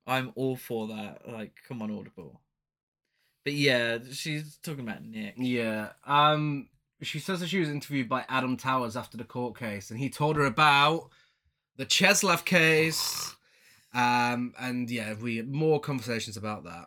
I'm all for that. Like, come on, Audible. But yeah, she's talking about Nick.
Yeah. Um she says that she was interviewed by Adam Towers after the court case and he told her about the Cheslav case. Um and yeah, we more conversations about that.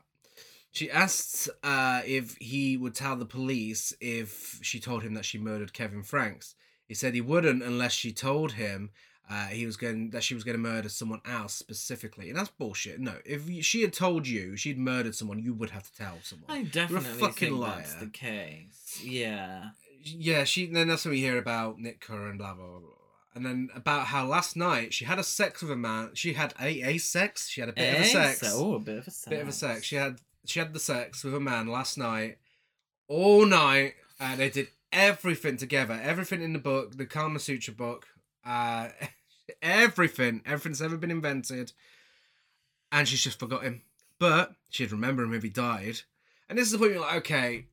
She asks uh, if he would tell the police if she told him that she murdered Kevin Franks. He said he wouldn't unless she told him uh, he was going that she was going to murder someone else specifically, and that's bullshit. No, if you- she had told you she'd murdered someone, you would have to tell someone.
I
You're a
definitely
fucking
think
liar.
that's the case. Yeah.
yeah, she. Then that's when we hear about Nick Kerr and blah blah blah. blah. And then about how last night she had a sex with a man. She had a a sex. She had a bit of a
Eh?
sex.
So- oh, a bit of a sex.
Bit of a sex. She had she had the sex with a man last night, all night, and they did everything together. Everything in the book, the Kama Sutra book, uh, everything, everything that's ever been invented, and she's just forgot him. But she'd remember him if he died. And this is the point you're like, okay,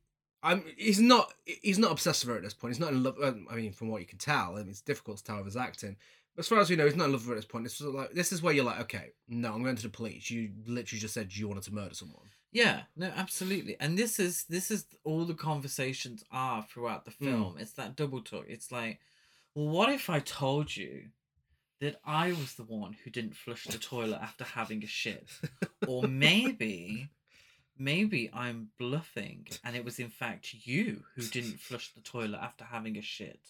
I'm. He's not. He's not obsessed with her at this point. He's not in love. um, I mean, from what you can tell, I mean, it's difficult to tell with his acting. But as far as we know, he's not in love with her at this point. This is like this is where you're like, okay, no, I'm going to the police. You literally just said you wanted to murder someone.
Yeah, no, absolutely. And this is this is all the conversations are throughout the film. It's that double talk. It's like, well, what if I told you that I was the one who didn't flush the toilet after having a shit? Or maybe maybe I'm bluffing and it was in fact you who didn't flush the toilet after having a shit.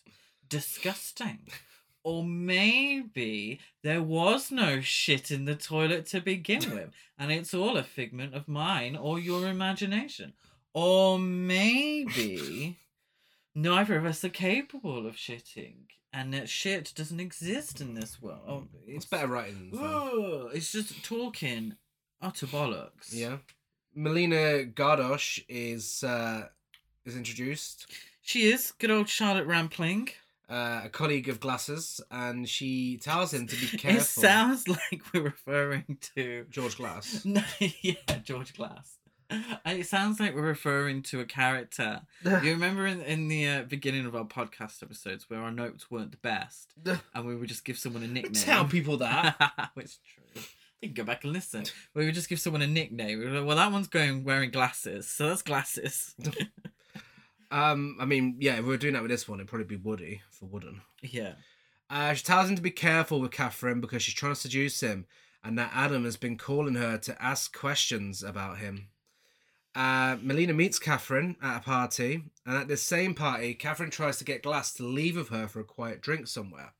Disgusting. Or maybe there was no shit in the toilet to begin with, and it's all a figment of mine or your imagination. Or maybe neither of us are capable of shitting, and that shit doesn't exist in this world. Oh,
It's better writing. Than film.
Ugh, it's just talking utter bollocks.
yeah. Melina Gardosh is uh, is introduced,
She is good old Charlotte Rampling.
uh, a colleague of Glasses, and she tells him to be
It
careful.
sounds like we're referring to
George Glass.
No, yeah, George Glass. And it sounds like we're referring to a character. you remember in, in the uh, beginning of our podcast episodes where our notes weren't the best and we would just give someone a nickname.
Tell people that.
It's true. You can go back and listen. We would just give someone a nickname. We were like, well, that one's going wearing glasses, so that's glasses.
Um, I mean, yeah, if we were doing that with this one, it'd probably be Woody for Wooden.
yeah.
Uh, she tells him to be careful with Catherine because she's trying to seduce him, and that Adam has been calling her to ask questions about him. Uh, Melina meets Catherine at a party, and at this same party, Catherine tries to get Glass to leave with her for a quiet drink somewhere,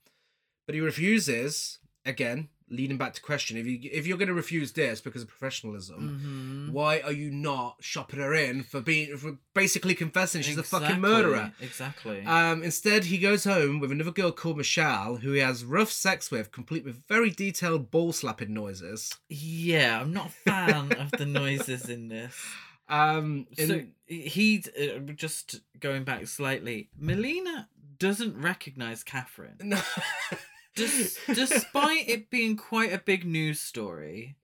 but he refuses. Again, leading back to question: if you if you're going to refuse this because of professionalism, why are you not shopping her in for being for basically confessing she's a fucking
Exactly,
murderer?
Exactly.
Um, instead, he goes home with another girl called Michelle, who he has rough sex with, complete with very detailed ball slapping noises.
yeah, I'm not a fan of the noises in this.
Um, in-
so he's uh, just going back slightly. Melina doesn't recognize Catherine,
no.
Des- despite it being quite a big news story,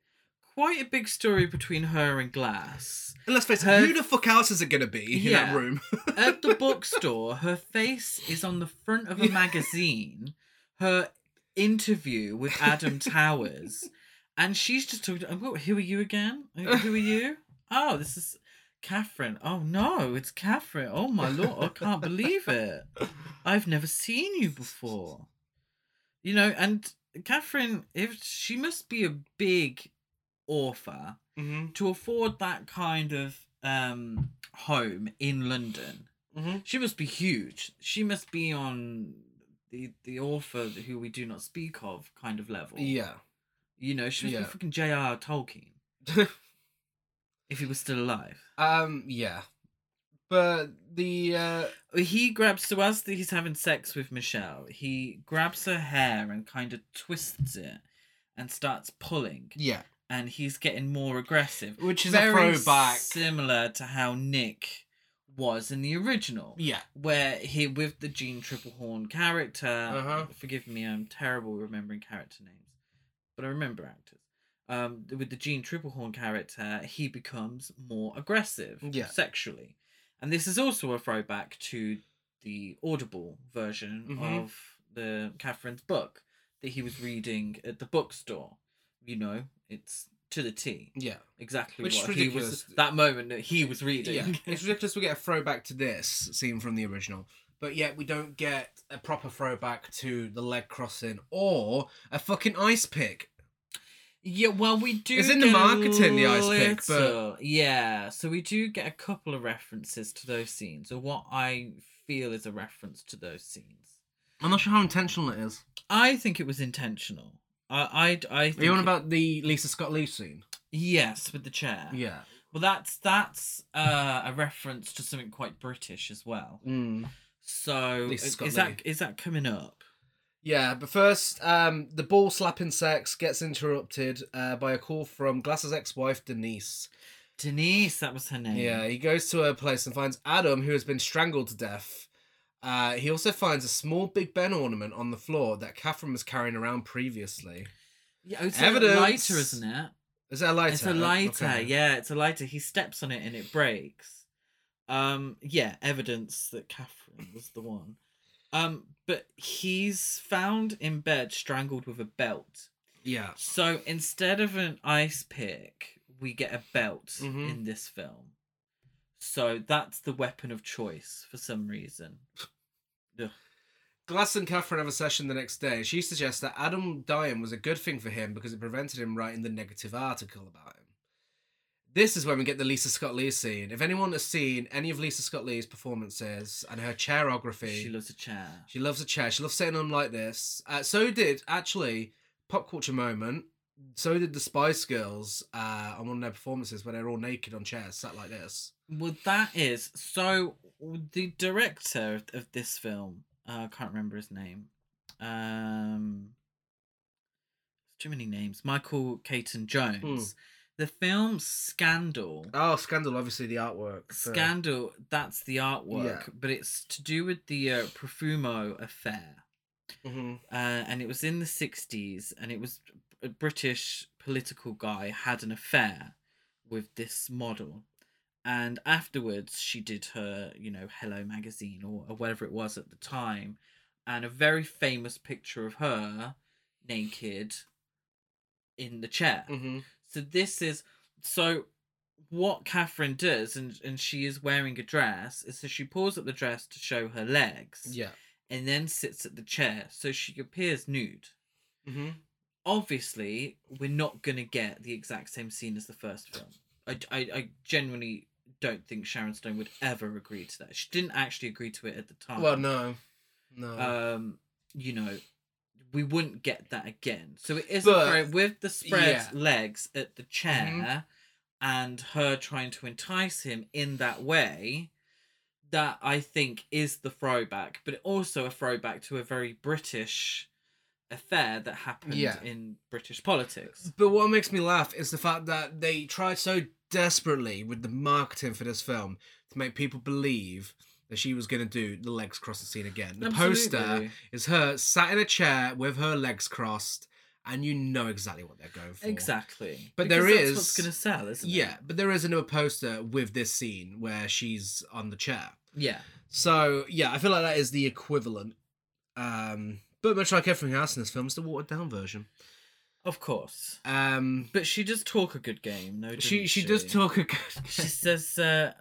quite a big story between her and Glass.
And let's face it,
Her-
who the fuck else is it going to be in
Yeah.
that room?
At the bookstore, her face is on the front of a magazine. Her interview with Adam Towers, and she's just talking. To, "Oh, who are you again? Who are you? Oh, this is Catherine. Oh no, it's Catherine. Oh my lord, I can't believe it. I've never seen you before. You know, and Catherine, if she must be a big author
Mhm.
to afford that kind of um home in London.
Mhm.
She must be huge. She must be on the the author who we do not speak of kind of level.
yeah.
You know, she must
Yeah.
be fucking J.R. Tolkien. if he was still alive.
Um, yeah. But the uh,
He grabs so as he's having sex with Michelle, he grabs her hair and kind of twists it and starts pulling.
yeah,
and he's getting more aggressive,
Which is a throwback.
similar to how Nick was in the original,
yeah,
where he with the Gene Triplehorn character.
Uh-huh.
Forgive me, I'm terrible remembering character names, but I remember actors. Um, with the Gene Triplehorn character, he becomes more aggressive
Yeah.
sexually, and this is also a throwback to the audible version
Mhm.
of the Catherine's book that he was reading at the bookstore you know, it's to the T.
yeah.
Exactly
Which is
what he was
ridiculous.
that moment that he was reading.
Yeah, it's ridiculous we get a throwback to this scene from the original, but yet we don't get a proper throwback to the leg crossing or a fucking ice pick.
Yeah, well, we do.
It's in the
get a
marketing, the ice pick, but-
little- yeah, so we do get a couple of references to those scenes, or what I feel is a reference to those scenes.
I'm not sure how intentional it is.
I think it was intentional. I, I, I.
Are you on
think-
about the Lisa Scott Lee scene?
Yes, with the chair.
Yeah.
Well, that's that's uh, a reference to something quite British as well.
Mm.
So
Lisa
is
Scott
that
Lee.
is that coming up?
Yeah, but first, um, the ball slapping sex gets interrupted uh, by a call from Glass's ex wife, Denise.
Denise, that was her name.
Yeah, he goes to her place and finds Adam, who has been strangled to death. Uh, he also finds a small Big Ben ornament on the floor that Catherine was carrying around previously.
yeah it's
Evidence.
a lighter, isn't it?
Is that a lighter?
It's a
Oh,
lighter,
okay.
yeah, it's a lighter. He steps on it and it breaks. Um, yeah, evidence that Catherine was the one. Um, but he's found in bed strangled with a belt.
Yeah.
So instead of an ice pick, we get a belt
Mhm.
in this film. So that's the weapon of choice for some reason.
Glass and Catherine have a session the next day. She suggests that Adam dying was a good thing for him because it prevented him writing the negative article about him. This is when we get the Lisa Scott Lee scene. If anyone has seen any of Lisa Scott Lee's performances and her chairography,
She loves a chair.
she loves a chair. She loves sitting on like this. Uh, so did actually pop culture moment. So did the Spice Girls uh, on one of their performances where they're all naked on chairs, sat like this.
Well, that is so. The director of- of this film, uh, I can't remember his name. Um, too many names. Michael Caton Jones.
Hmm.
The film Scandal.
Oh, Scandal! Obviously, the artwork. for-
Scandal. That's the artwork,
Yeah.
but it's to do with the uh, Profumo affair.
Mhm.
Uh, and it was in the sixties, and it was a British political guy had an affair with this model, and afterwards she did her, you know, Hello magazine or, or whatever it was at the time, and a very famous picture of her naked in the chair.
Mhm.
So this is so what Catherine does, and and she is wearing a dress. Is so she pulls up the dress to show her legs,
Yeah.
and then sits at the chair, so she appears nude.
Mm-hmm.
Obviously, we're not gonna get the exact same scene as the first film. I I, I genuinely don't think Sharon Stone would ever agree to that. She didn't actually agree to it at the time.
Well, no, no.
Um, you know. We wouldn't get that again. So it is
But-
very, with the spread
yeah. Mm-hmm.
legs at the chair and her trying to entice him in that way that I think is the throwback, but also a throwback to a very British affair that happened
Yeah.
in British politics.
But what makes me laugh is the fact that they tried so desperately with the marketing for this film to make people believe that she was going to do the legs crossed scene again. The poster
Absolutely.
is her sat in a chair with her legs crossed, and you know exactly what they're going for.
Exactly.
But
Because
there
that's
is-
what's going to sell, isn't
Yeah,
it?
but there is another poster with this scene where she's on the chair.
Yeah.
So yeah, I feel like that is the equivalent. Um, but much like everything else in this film, it's the watered down version.
Of course.
Um,
But she does talk a good game, no
she
didn't
she does talk a good.
She says, uh,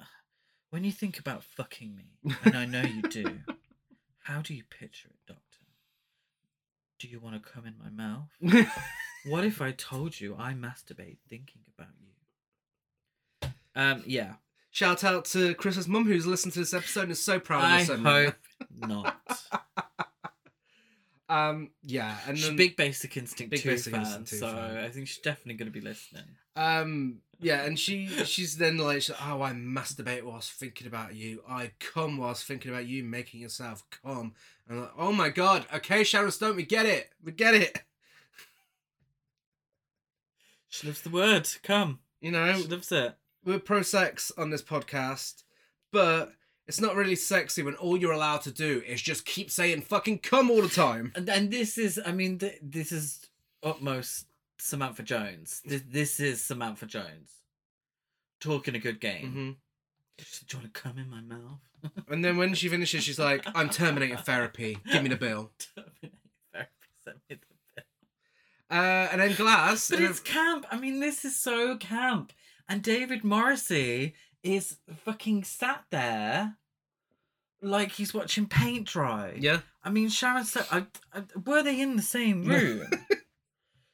when you think about fucking me, and I know you do, how do you picture it, Doctor? Do you want to come in my mouth? What if I told you I masturbate thinking about you? Um, yeah.
Shout out to Chris's mum who's listened to this episode and is so proud of
I
this segment.
hope not.
Um, yeah, and
She's a
then,
big Basic Instinct
Big
2
Basic
fan,
Instinct 2
so
fan.
I think she's definitely going to be listening.
um, yeah, and she she's then like, she's like, oh, I masturbate whilst thinking about you. I come whilst thinking about you, making yourself come. And I'm like, oh my god, okay, Sharon Stone, we get it, we get it.
She loves the word. Come.
You know,
She loves it.
we're pro sex on this podcast, but it's not really sexy when all you're allowed to do is just keep saying fucking come all the time.
And, and this is, I mean, th- this is utmost Samantha Jones. This, this is Samantha Jones talking a good game. She said, Do you want to come in my mouth?
And then when she finishes, she's like, I'm terminating therapy. Give me the bill.
Therapy sent me the bill.
Uh, and then Glass.
But it's camp. I mean, this is so camp. And David Morrissey is fucking sat there like he's watching paint dry.
yeah.
I mean, Sharon. So, I, I, were they in the same room?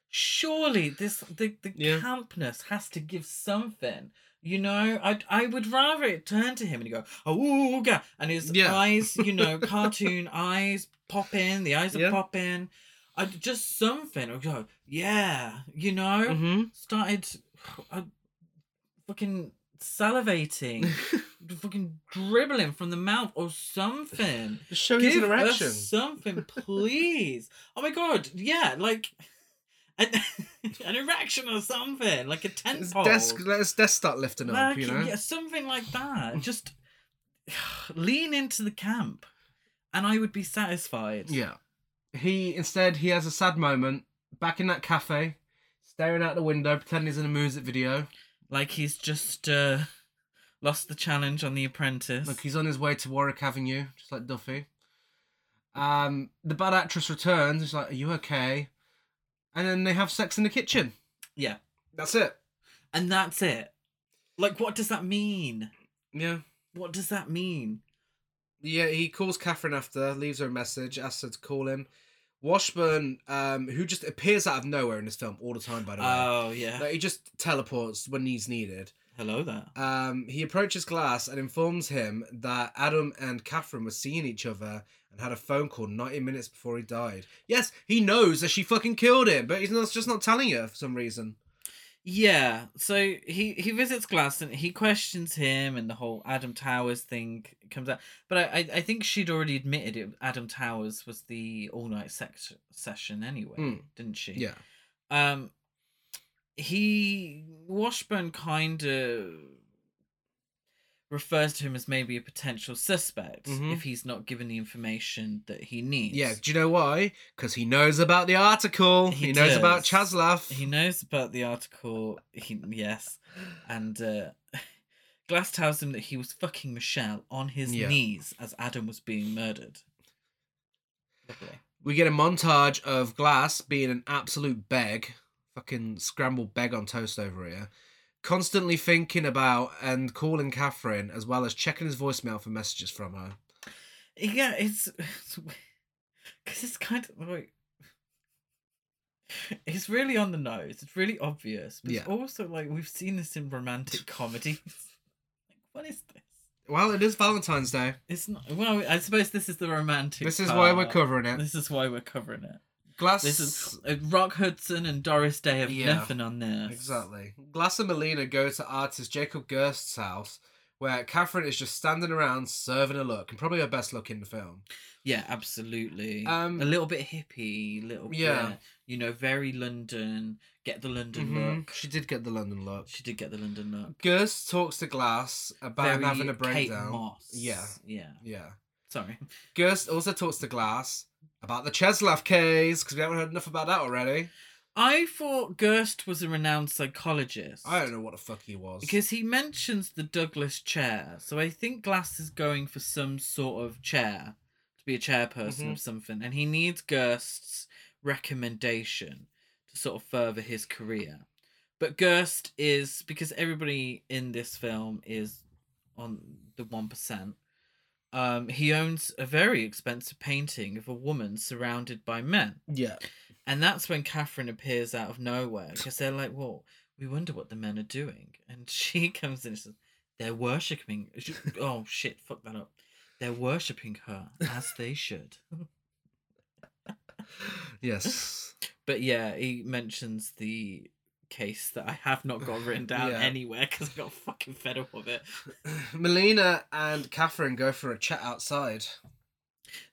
surely this the, the
Yeah.
campness has to give something. You know, I I would rather it turn to him and you go, oh yeah, and his
Yeah.
eyes, you know, cartoon eyes pop in, the eyes are
Yeah.
popping. I just something. I go, oh, yeah, you know,
Mhm.
started, I, fucking salivating, fucking dribbling from the mouth or something.
Show his
Give
interaction.
us something, please. oh my god, yeah, like an, an erection or something, like a tent
His
pole.
desk, let his desk start lifting up,
Like,
you know?
yeah, something like that. Just lean into the camp, and I would be satisfied.
Yeah. He instead he has a sad moment back in that cafe, staring out the window, pretending he's in a music video.
like he's just uh, lost the challenge on The Apprentice.
Look, he's on his way to Warwick Avenue, just like Duffy. Um, the bad actress returns. She's like, "Are you okay?" And then they have sex in the kitchen.
yeah,
That's it.
and that's it. Like, what does that mean?
Yeah.
What does that mean?
Yeah, he calls Catherine after, leaves her a message, asks her to call him. Washburn, um, who just appears out of nowhere in this film all the time, by the way.
Oh yeah.
like, he just teleports when he's needed.
Hello there.
Um, he approaches Glass and informs him that Adam and Catherine were seeing each other and had a phone call 90 minutes before he died. Yes, he knows that she fucking killed him, but he's not, just not telling her for some reason.
Yeah, so he he visits Glass and he questions him, and the whole Adam Towers thing comes out. But I I, I think she'd already admitted it. Adam Towers was the all night sex session anyway,
Mm.
didn't she? Um, he Washburn kind of refers to him as maybe a potential suspect
Mhm.
if he's not given the information that he needs.
Yeah, do you know why? Because he knows about the article. He,
He
knows
does.
about Chaslav.
He knows about the article. He yes, and uh, Glass tells him that he was fucking Michelle on his
Yeah.
knees as Adam was being murdered. Lovely.
We get a montage of Glass being an absolute beg, fucking scrambled beg on toast over here, constantly thinking about and calling Catherine, as well as checking his voicemail for messages from her.
Yeah, it's because it's kind of like it's really on the nose. It's really obvious, but it's
Yeah.
also like we've seen this in romantic comedies. like, what is this?
Well, it is Valentine's Day.
It's not. Well, I suppose this is the romantic.
This is why we're
part.
covering it.
This is why we're covering it.
Glass.
This is uh, Rock Hudson and Doris Day have
Yeah.
nothing on there.
exactly. Glass and Melina go to artist Jacob Gerst's house, where Catherine is just standing around serving a look, and probably her best look in the film.
Yeah, absolutely.
Um,
a little bit hippie, little
Yeah.
bit, you know, very London. Get the London
Mhm.
look.
She did get the London look.
She did get the London look.
Gerst talks to Glass about him
Very
having a
Kate
breakdown.
Moss.
Yeah,
yeah.
yeah.
Sorry.
Gerst also talks to Glass about the Cheslav case because we haven't heard enough about that already.
I thought Gerst was a renowned psychologist.
I don't know what the fuck he was.
Because he mentions the Douglas chair, so I think Glass is going for some sort of chair to be a chairperson of something, and he needs Gerst's recommendation to sort of further his career. But Gerst is because everybody in this film is on the one percent. Um, he owns a very expensive painting of a woman surrounded by men.
yeah,
And that's when Catherine appears out of nowhere because they're like, "Well, we wonder what the men are doing." And she comes in and says, "They're worshipping." oh shit! Fuck that up. They're worshipping her as they should.
yes.
But yeah, he mentions the case that I have not got written down
Yeah.
anywhere because I got fucking fed up of it.
Melina and Catherine go for a chat outside.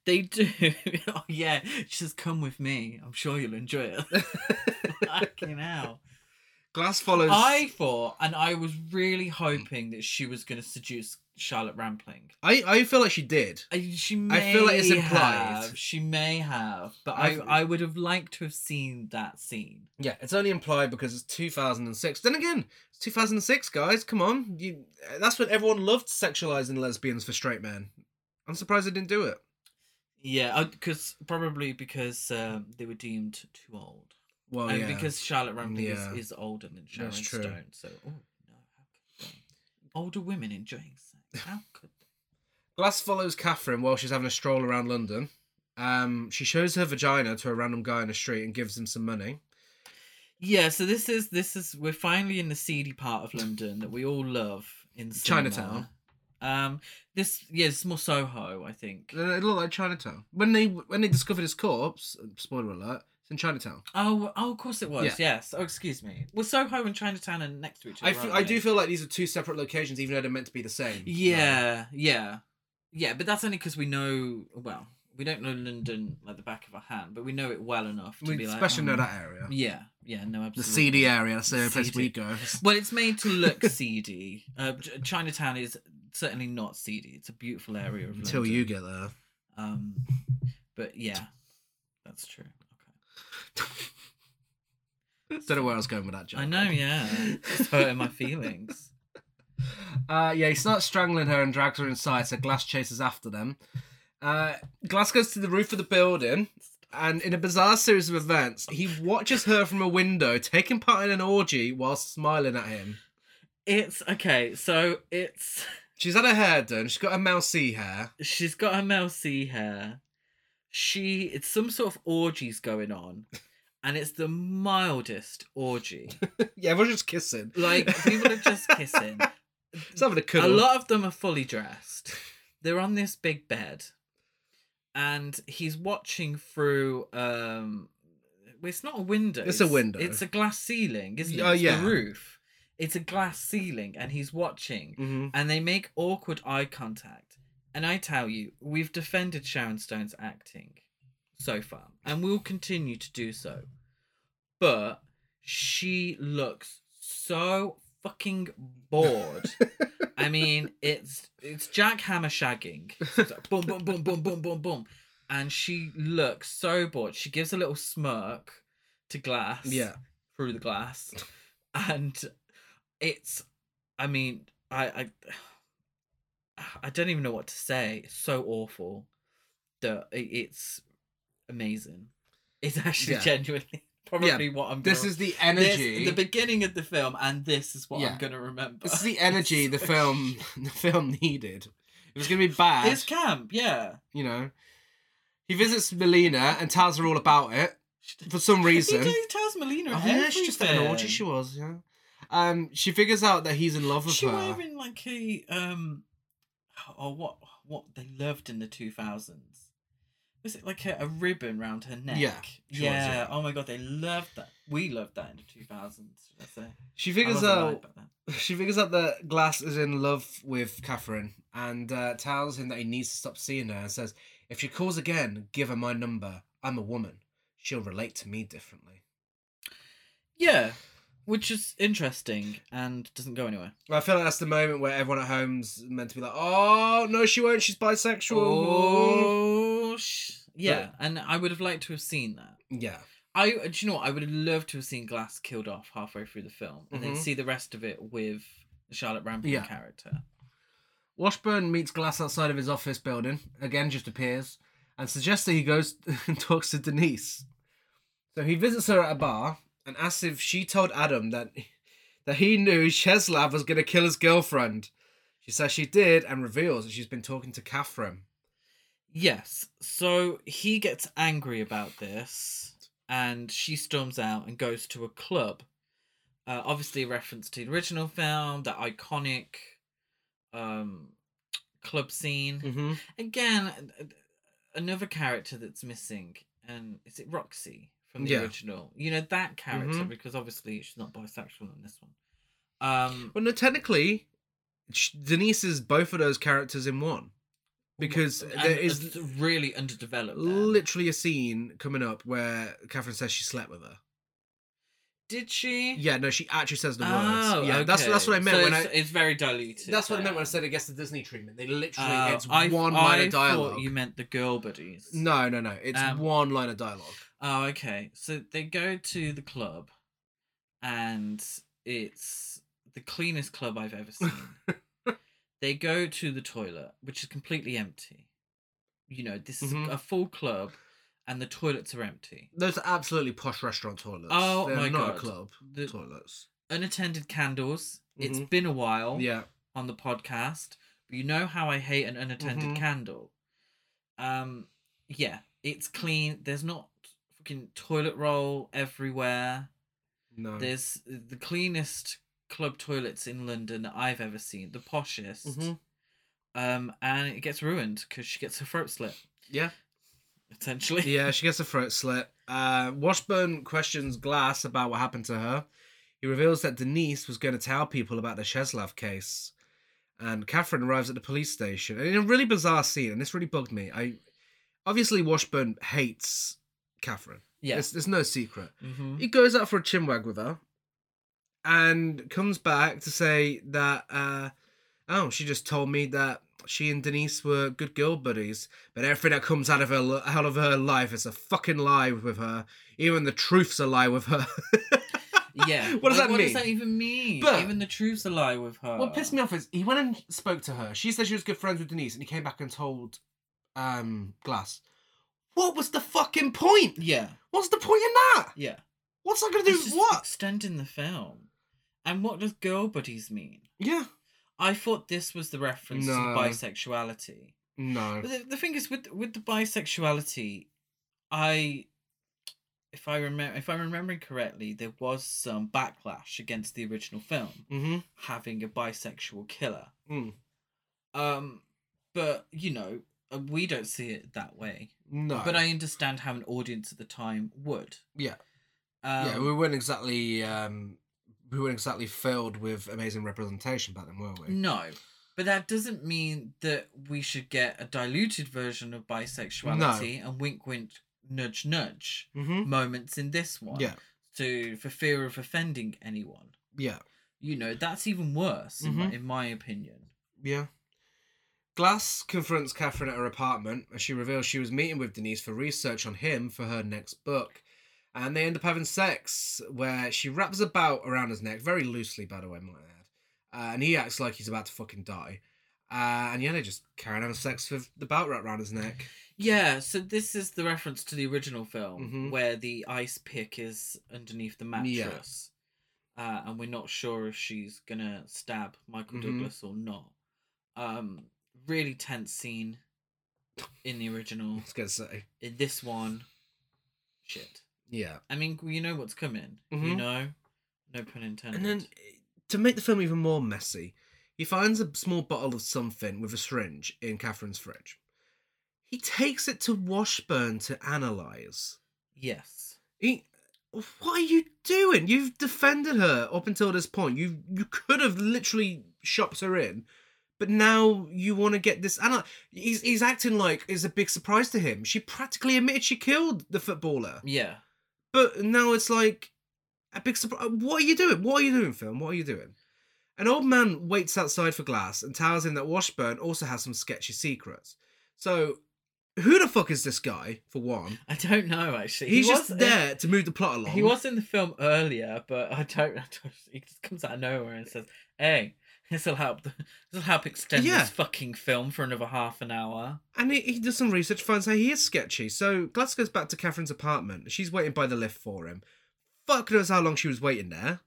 They do. oh yeah, she says, "Come with me. I'm sure you'll enjoy it." fucking hell.
Glass follows.
I thought, and I was really hoping that she was going to seduce Charlotte Rampling.
I, I feel like she did.
I- She may
I feel like it's implied.
Have, she may have, but I,
I've-
I would have liked to have seen that scene.
Yeah, it's only implied because it's 2006. Then again, it's 2006, guys. Come on, you, that's when everyone loved sexualizing lesbians for straight men. I'm surprised they didn't do it.
Yeah, because probably because um, they were deemed too old,
Well,
and
yeah.
because Charlotte Rampling
Yeah.
is, is older than Sharon
true.
Stone. So, oh no, how could they? Older women enjoying sex? How could they?
Glass follows Catherine while she's having a stroll around London. Um, she shows her vagina to a random guy in the street and gives him some money.
Yeah, so this is this is we're finally in the seedy part of London that we all love in cinema.
Chinatown.
Um, this yeah, it's more Soho, I think.
It looked like Chinatown when they when they discovered his corpse. Spoiler alert! It's in Chinatown.
Oh, oh, of course it was.
Yeah.
Yes. Oh, excuse me. Well, Soho and Chinatown are next to each other.
I fe-
aren't
I
they?
do feel like these are two separate locations, even though they're meant to be the same.
Yeah, yeah, yeah. But that's only because we know. Well, we don't know London like the back of our hand, but we know it well enough to
we
be like.
especially know
um,
that area,
Yeah, yeah. No, absolutely.
the seedy area. That's the only place we
Seedy.
go.
Well, it's made to look seedy. Uh, Ch- Chinatown is certainly not seedy. It's a beautiful area of
Until
London.
you get there.
Um, but yeah, that's true. Okay.
Don't know where I was going with that joke.
I know. Yeah, it's hurting my feelings.
Uh, yeah, he starts strangling her and drags her inside, so Glass chases after them. Uh, Glass goes to the roof of the building, and in a bizarre series of events, he watches her from a window taking part in an orgy while smiling at him.
It's okay. So it's.
She's had her hair done, she's got her mousy hair.
she's got her Mel C hair. She it's some sort of orgies going on, and it's the mildest orgy.
yeah, everyone's just kissing.
Like people are just kissing.
It's having a
A
cuddle.
lot of them are fully dressed. They're on this big bed, and he's watching through. um well, It's not a window.
It's a window.
It's a glass ceiling, isn't it?
Oh,
It's
yeah.
The roof. It's a glass ceiling, and he's watching
hmm
and they make awkward eye contact. And I tell you, we've defended Sharon Stone's acting so far, and we'll continue to do so. But she looks so fucking bored. I mean, it's it's Jack Hammer shagging. It's like boom, boom, boom, boom, boom, boom, boom, and she looks so bored. She gives a little smirk to glass.
Yeah.
through the glass, and it's. I mean, I I I don't even know what to say. It's so awful that it- it's amazing. It's actually
Yeah.
genuinely probably
Yeah,
what I'm.
This
gonna-
is the
this-
energy.
the beginning of the film, and this is what
Yeah.
I'm going to remember.
this is the energy the film the film needed. It was gonna be bad.
It's camp, yeah.
you know. He visits Melina and tells her all about it for some reason.
He, did- he tells Melina
Oh,
everything.
yeah, she just had an orgy. She was, yeah. Um, she figures out that he's in love with
She
her.
wearing like a um, or what what they loved in the two thousands. Was it like a, a ribbon round her neck?
Yeah, she was,
yeah.
yeah.
Oh my god, they loved that. We loved that in the two thousands. Should I say?
She
I
figures
wasn't alive
out
back then.
she figures out that Glass is in love with Catherine and uh, tells him that he needs to stop seeing her and says, "If she calls again, give her my number. I'm a woman. She'll relate to me differently."
Yeah, which is interesting and doesn't go anywhere.
I feel like that's the moment where everyone at home's meant to be like, "Oh no, she won't. She's bisexual."
Oh, sh- yeah, and I would have liked to have seen that.
Yeah,
I uh, do you know what? I would have loved to have seen Glass killed off halfway through the film and
Mhm.
then see the rest of it with the Charlotte Rampling
Yeah.
character.
Washburn meets Glass outside of his office building, again just appears, and suggests that he goes and talks to Denise. So he visits her at a bar and asks if she told Adam that that he knew Cheslav was gonna kill his girlfriend. She says she did and reveals that she's been talking to Catherine.
Yes. So he gets angry about this and she storms out and goes to a club. Uh, obviously a reference to the original film, that iconic um club scene.
Mm-hmm.
again a- a- another character that's missing and is it roxy from the
Yeah.
original you know that character
Mhm.
because obviously she's not bisexual in this one um
Well no, technically sh- Denise is both of those characters in one. Because
and
there is
it's really underdeveloped then.
literally a scene coming up where Catherine says she slept with her.
did she
Yeah, no, she actually says the
Oh,
words. Yeah, that's that's what I
okay.
meant
So
when
it's,
I.
it's very diluted
That's what I
then.
meant when I said against the Disney treatment. They literally,
Oh,
it's
I,
one
I
line of dialogue.
thought you meant the girl buddies
No, no, no. It's
Um,
one line of dialogue.
Oh, okay. So they go to the club, and it's the cleanest club I've ever seen. they go to the toilet, which is completely empty. You know, this is
Mhm.
a full club, and the toilets are empty.
Those are absolutely posh restaurant toilets.
Oh,
They're
my
not
God.
a club
The-
toilets.
Unattended candles. It's
Mhm.
been a while
Yeah,
on the podcast, but you know how I hate an unattended
Mhm.
candle. Um, yeah, it's clean. There's not fucking toilet roll everywhere.
No.
There's the cleanest club toilets in London I've ever seen, the poshest.
Mhm.
Um, and it gets ruined because she gets her throat slit,
Yeah.
essentially.
Yeah, she gets her throat slit. Uh, Washburn questions Glass about what happened to her. He reveals that Denise was going to tell people about the Cheslav case. And Catherine arrives at the police station. And in a really bizarre scene, and this really bugged me. I Obviously, Washburn hates Catherine.
Yeah.
There's, there's no secret.
hmm
He goes out for a chinwag with her and comes back to say that, uh, oh, she just told me that she and Denise were good girl buddies, but everything that comes out of her li- out of her life is a fucking lie with her. Even the truth's a lie with her.
Yeah.
What does
Like,
that
what
mean?
does that even mean?
But-
even the truth's a lie with her.
what pissed me off is he went and spoke to her. She said she was good friends with Denise, and he came back and told um, Glass. What was the fucking point?
Yeah.
What's the point in that?
Yeah.
What's that gonna do?
It's just
What?
extending the film. And what does girl buddies mean?
Yeah. I.
I thought this was the reference to
No.
the bisexuality.
No.
But the, the thing is with with the bisexuality, I if I remember if I'm remembering correctly, there was some backlash against the original film
Mm-hmm.
having a bisexual killer.
Mm.
Um, but you know uh, we don't see it that way.
No.
But I understand how an audience at the time would.
Yeah.
Um,
yeah, we weren't exactly um, we weren't exactly filled with amazing representation back then, were we?
No. But that doesn't mean that we should get a diluted version of bisexuality and wink wink nudge nudge
Mm-hmm.
moments in this one.
Yeah.
To for fear of offending anyone.
Yeah.
You know, that's even worse in,
Mm-hmm.
my, in my opinion.
Yeah. Glass confronts Catherine at her apartment and she reveals she was meeting with Denise for research on him for her next book. And they end up having sex where she wraps a belt around his neck, very loosely, by the way, might I add. Uh, and he acts like he's about to fucking die. Uh, and yeah, they just carry on having sex with the belt wrapped around his neck.
Yeah, so this is the reference to the original film
Mhm.
where the ice pick is underneath the mattress. Uh, and we're not sure if she's gonna stab Michael
Mhm.
Douglas or not. Um, really tense scene in the
I
original.
was going to say.
In this one, shit.
Yeah.
I mean, you know what's coming. You
Mhm.
know, no pun intended.
And then eh, to make the film even more messy, he finds a small bottle of something with a syringe in Catherine's fridge. He takes it to Washburn to analyze.
yes,
He, what are you doing? You've defended her up until this point. You you could have literally shopped her in, but now you want to get this. Anal- he's he's acting like it's a big surprise to him. She practically admitted she killed the footballer,
yeah.
but now it's like a big surprise. What are you doing? What are you doing, film? What are you doing? An old man waits outside for Glass and tells him that Washburn also has some sketchy secrets. So, who the fuck is this guy? For one,
I don't know actually.
he's
He
just
was- uh,
there to move the plot along.
He was in the film earlier, but I don't. I don't he just comes out of nowhere and says, "Hey, this will help. This will help extend
Yeah.
this fucking film for another half an hour."
And he, he does some research, finds out he is sketchy. So Glass goes back to Catherine's apartment. She's waiting by the lift for him. Fuck knows how long she was waiting there.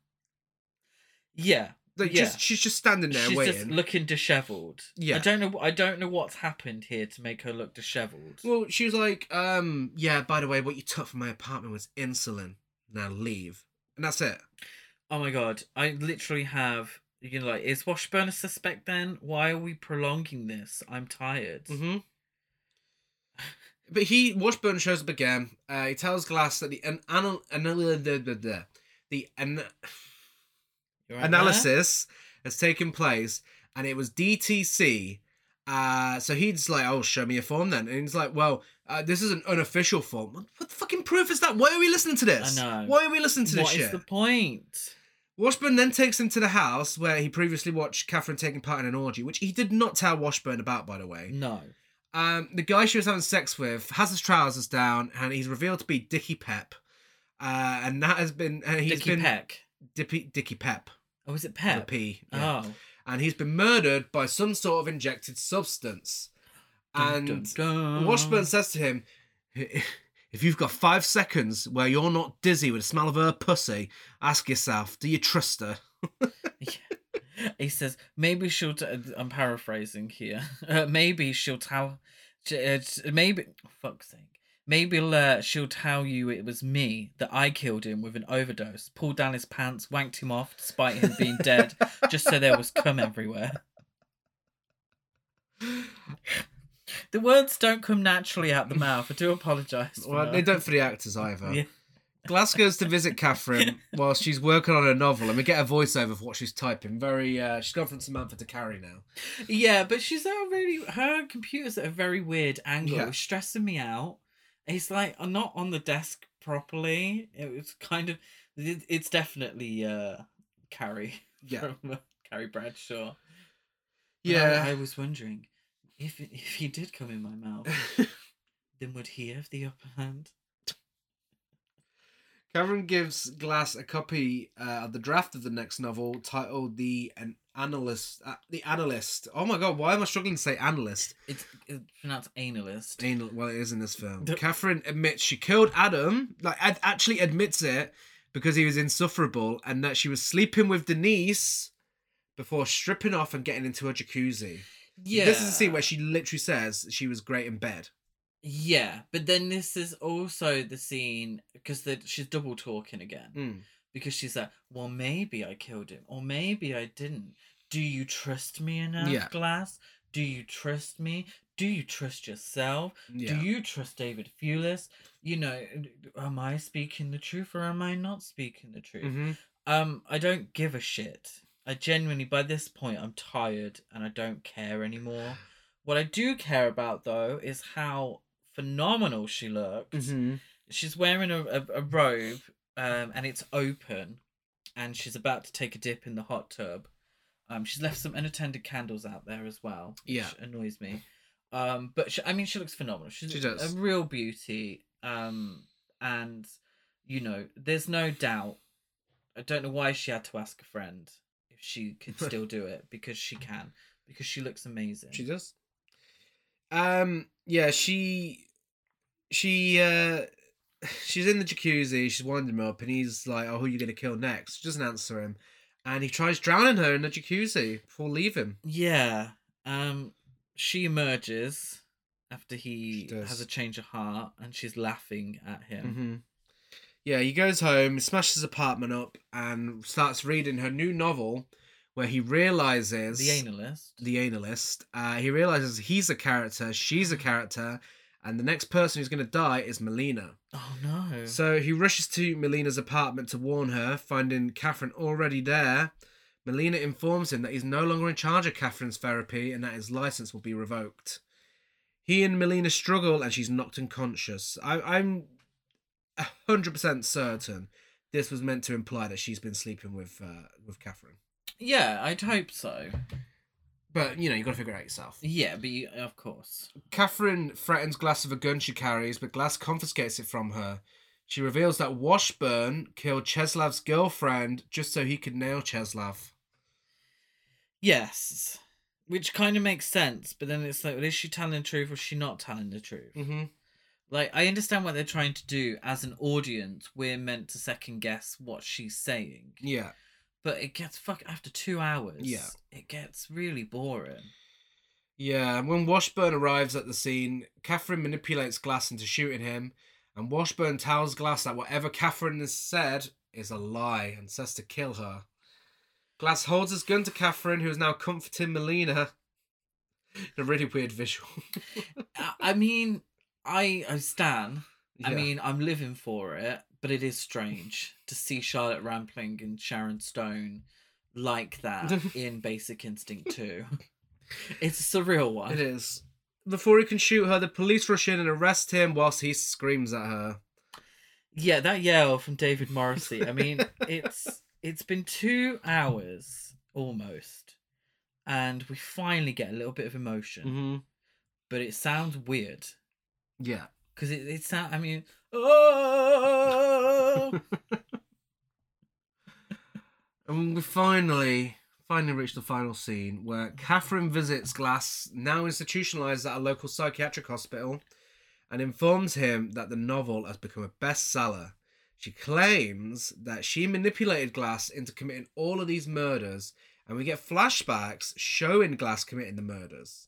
Yeah,
Like,
yeah.
just, she's just standing there
She's
waiting.
just looking dishevelled.
Yeah.
I don't know. I don't know what's happened here to make her look dishevelled.
well, she was like, um, yeah, by the way, what you took from my apartment was insulin. Now leave. And that's it.
Oh my god! I literally have. You know, like, is Washburn a suspect? Then why are we prolonging this? I'm tired.
Mm-hmm. But he Washburn shows up again. Uh, he tells Glass that the an, anal anal- the, the, the, the an,
You alright there?
analysis has taken place and it was DTC. Uh, so he's like, oh, show me your form then. And he's like, well, uh, this is an unofficial form. What, what the fucking proof is that? Why are we listening to this?
know.
Why are we listening to this
What
shit?
is the point?
Washburn then takes him to the house where he previously watched Catherine taking part in an orgy, which he did not tell Washburn about, by the way.
No.
Um, the guy she was having sex with has his trousers down and he's revealed to be Dickie Pep. Uh, and that has been, and he's
Dickie
been
Peck.
Dippy, Dickie Pep.
Oh, is it
with a
Pep?
P, yeah
Oh.
and he's been murdered by some sort of injected substance. And Washburn says to him, If you've got five seconds where you're not dizzy with the smell of her pussy, ask yourself, do you trust her?
He says, maybe she'll. T- I'm paraphrasing here. Uh, maybe she'll tell. j- uh, j- Maybe. Fuck's sake. Maybe uh, she'll tell you it was me that I killed him with an overdose, pulled down his pants, wanked him off despite him being dead, just so there was cum everywhere. The words don't come naturally out the mouth. I do apologise. for
Well,
that.
they don't for the actors either.
Yeah.
Glass goes to visit Catherine while she's working on her novel, and we get a voiceover of what she's typing. Very, uh, she's gone from Samantha to Carrie now.
Yeah, but she's at a really her computer's at a very weird angle,
Yeah.
It's stressing me out. It's like I'm not on the desk properly. It was kind of it- it's definitely uh Carrie
Yeah,
from Carrie Bradshaw. But I, I
yeah.
was wondering if if he did come in my mouth, then would he have the upper hand?
Catherine gives Glass a copy uh, of the draft of the next novel titled "The An Analyst." Uh, the Analyst. Oh my god, why am I struggling to say analyst?
It's, it's pronounced analist.
Anal- well, it is in this film.
The-
Catherine admits she killed Adam, like ad- actually admits it because he was insufferable, and that she was sleeping with Denise before stripping off and getting into her jacuzzi.
Yeah.
This is a scene where she literally says she was great in bed.
Yeah, but then this is also the scene because she's double talking again.
Mm.
because she's like, well, maybe I killed him, or maybe I didn't. Do you trust me enough,
Yeah.
Glass? Do you trust me? Do you trust yourself?
Yeah.
Do you trust David Fulis? You know, am I speaking the truth or am I not speaking the truth?
Mhm.
Um, I don't give a shit. I genuinely, by this point, I'm tired and I don't care anymore. What I do care about, though, is how phenomenal she looks
Mm-hmm.
she's wearing a, a, a robe um, and it's open and she's about to take a dip in the hot tub um, she's left some unattended candles out there as well
Yeah.
which annoys me um, but she, i mean she looks phenomenal she's
She does.
a real beauty um, and you know there's no doubt i don't know why she had to ask a friend if she could still do it because she can because she looks amazing
She does. Um. Yeah. She. She. uh She's in the jacuzzi. She's winding him up, and he's like, "Oh, who are you gonna kill next?" She doesn't answer him, and he tries drowning her in the jacuzzi before leaving.
Yeah. Um she emerges after he
She does.
has a change of heart and she's laughing at him.
Mm-hmm. Yeah, he goes home, smashes his apartment up, and starts reading her new novel, where he realizes
The analyst.
the analyst. Uh, he realizes he's a character, she's
Mm.
a character, and the next person who's going to die is Melina.
Oh no.
So he rushes to Melina's apartment to warn her, finding Catherine already there. Melina informs him that he's no longer in charge of Catherine's therapy and that his license will be revoked. He and Melina struggle and she's knocked unconscious. I, I'm 100% certain this was meant to imply that she's been sleeping with uh, with Catherine.
yeah, I'd hope so.
But, you know, you've got to figure it out yourself.
Yeah, but you, of course.
Catherine threatens Glass of a gun she carries, but Glass confiscates it from her. She reveals that Washburn killed Cheslav's girlfriend just so he could nail Cheslav.
Yes. Which kind of makes sense, but then it's like, well, is she telling the truth or is she not telling the truth?
Mm-hmm.
Like, I understand what they're trying to do. As an audience, we're meant to second guess what she's saying.
Yeah.
But it gets, fuck, after two hours,
Yeah.
it gets really boring.
Yeah, and when Washburn arrives at the scene, Catherine manipulates Glass into shooting him, and Washburn tells Glass that whatever Catherine has said is a lie and says to kill her. Glass holds his gun to Catherine, who is now comforting Melina. a really weird visual.
I- I mean, I I stan. I
Yeah.
mean, I'm living for it, but it is strange to see Charlotte Rampling and Sharon Stone like that in Basic Instinct 2. It's a surreal
It
one.
is. Before he can shoot her, the police rush in and arrest him whilst he screams at her.
Yeah, that yell from David Morrissey. I mean, it's it's been 2 hours almost and we finally get a little bit of emotion,
Mm-hmm.
but it sounds weird
Yeah.
because it it sound I mean, oh
And we finally, finally reach the final scene where Catherine visits Glass, now institutionalized at a local psychiatric hospital, and informs him that the novel has become a bestseller. She claims that she manipulated Glass into committing all of these murders, and we get flashbacks showing Glass committing the murders.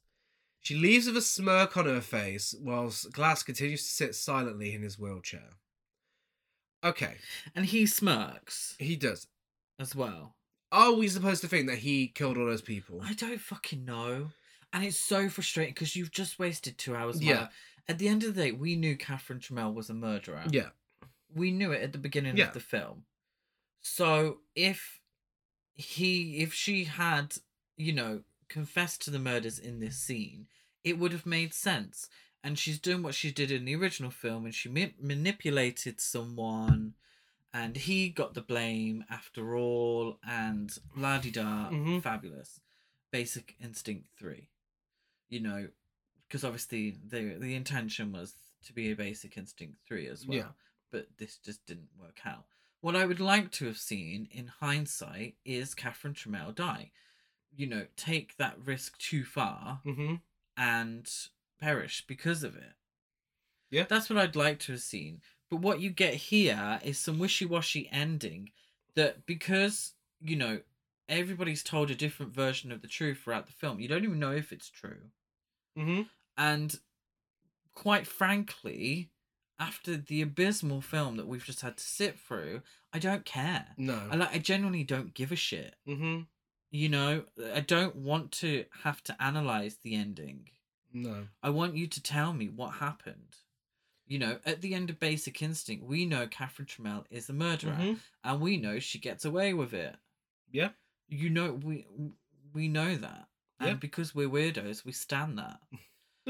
She leaves with a smirk on her face whilst Glass continues to sit silently in his wheelchair. Okay,
And he smirks
he does.
as well.
Are we supposed to think that he killed all those people?
I don't fucking know. And it's so frustrating because you've just wasted two hours. of my
Yeah.
life. At the end of the day, we knew Catherine Trammell was a murderer.
Yeah.
We knew it at the beginning
Yeah.
of the film. So if he, if she had, you know, confessed to the murders in this scene, it would have made sense. And she's doing what she did in the original film, and she ma- manipulated someone, and he got the blame after all, and la di da,
Mhm.
fabulous. Basic Instinct three. You know, because obviously the the intention was to be a Basic Instinct three as well,
Yeah.
but this just didn't work out. What I would like to have seen in hindsight is Catherine Trammell die. You know, take that risk too far
Mm-hmm.
and perish because of it.
Yeah.
That's what I'd like to have seen. But what you get here is some wishy washy ending that because, you know, everybody's told a different version of the truth throughout the film, you don't even know if it's true.
Mm-hmm.
And quite frankly, after the abysmal film that we've just had to sit through, I don't care.
No.
I like I genuinely don't give a shit
Mm-hmm.
you know i don't want to have to analyze the ending
No.
i want you to tell me what happened you know at the end of basic instinct we know catherine trammell is a murderer
Mhm.
and we know she gets away with it
Yeah.
you know we we know that and
Yeah.
because we're weirdos we stand that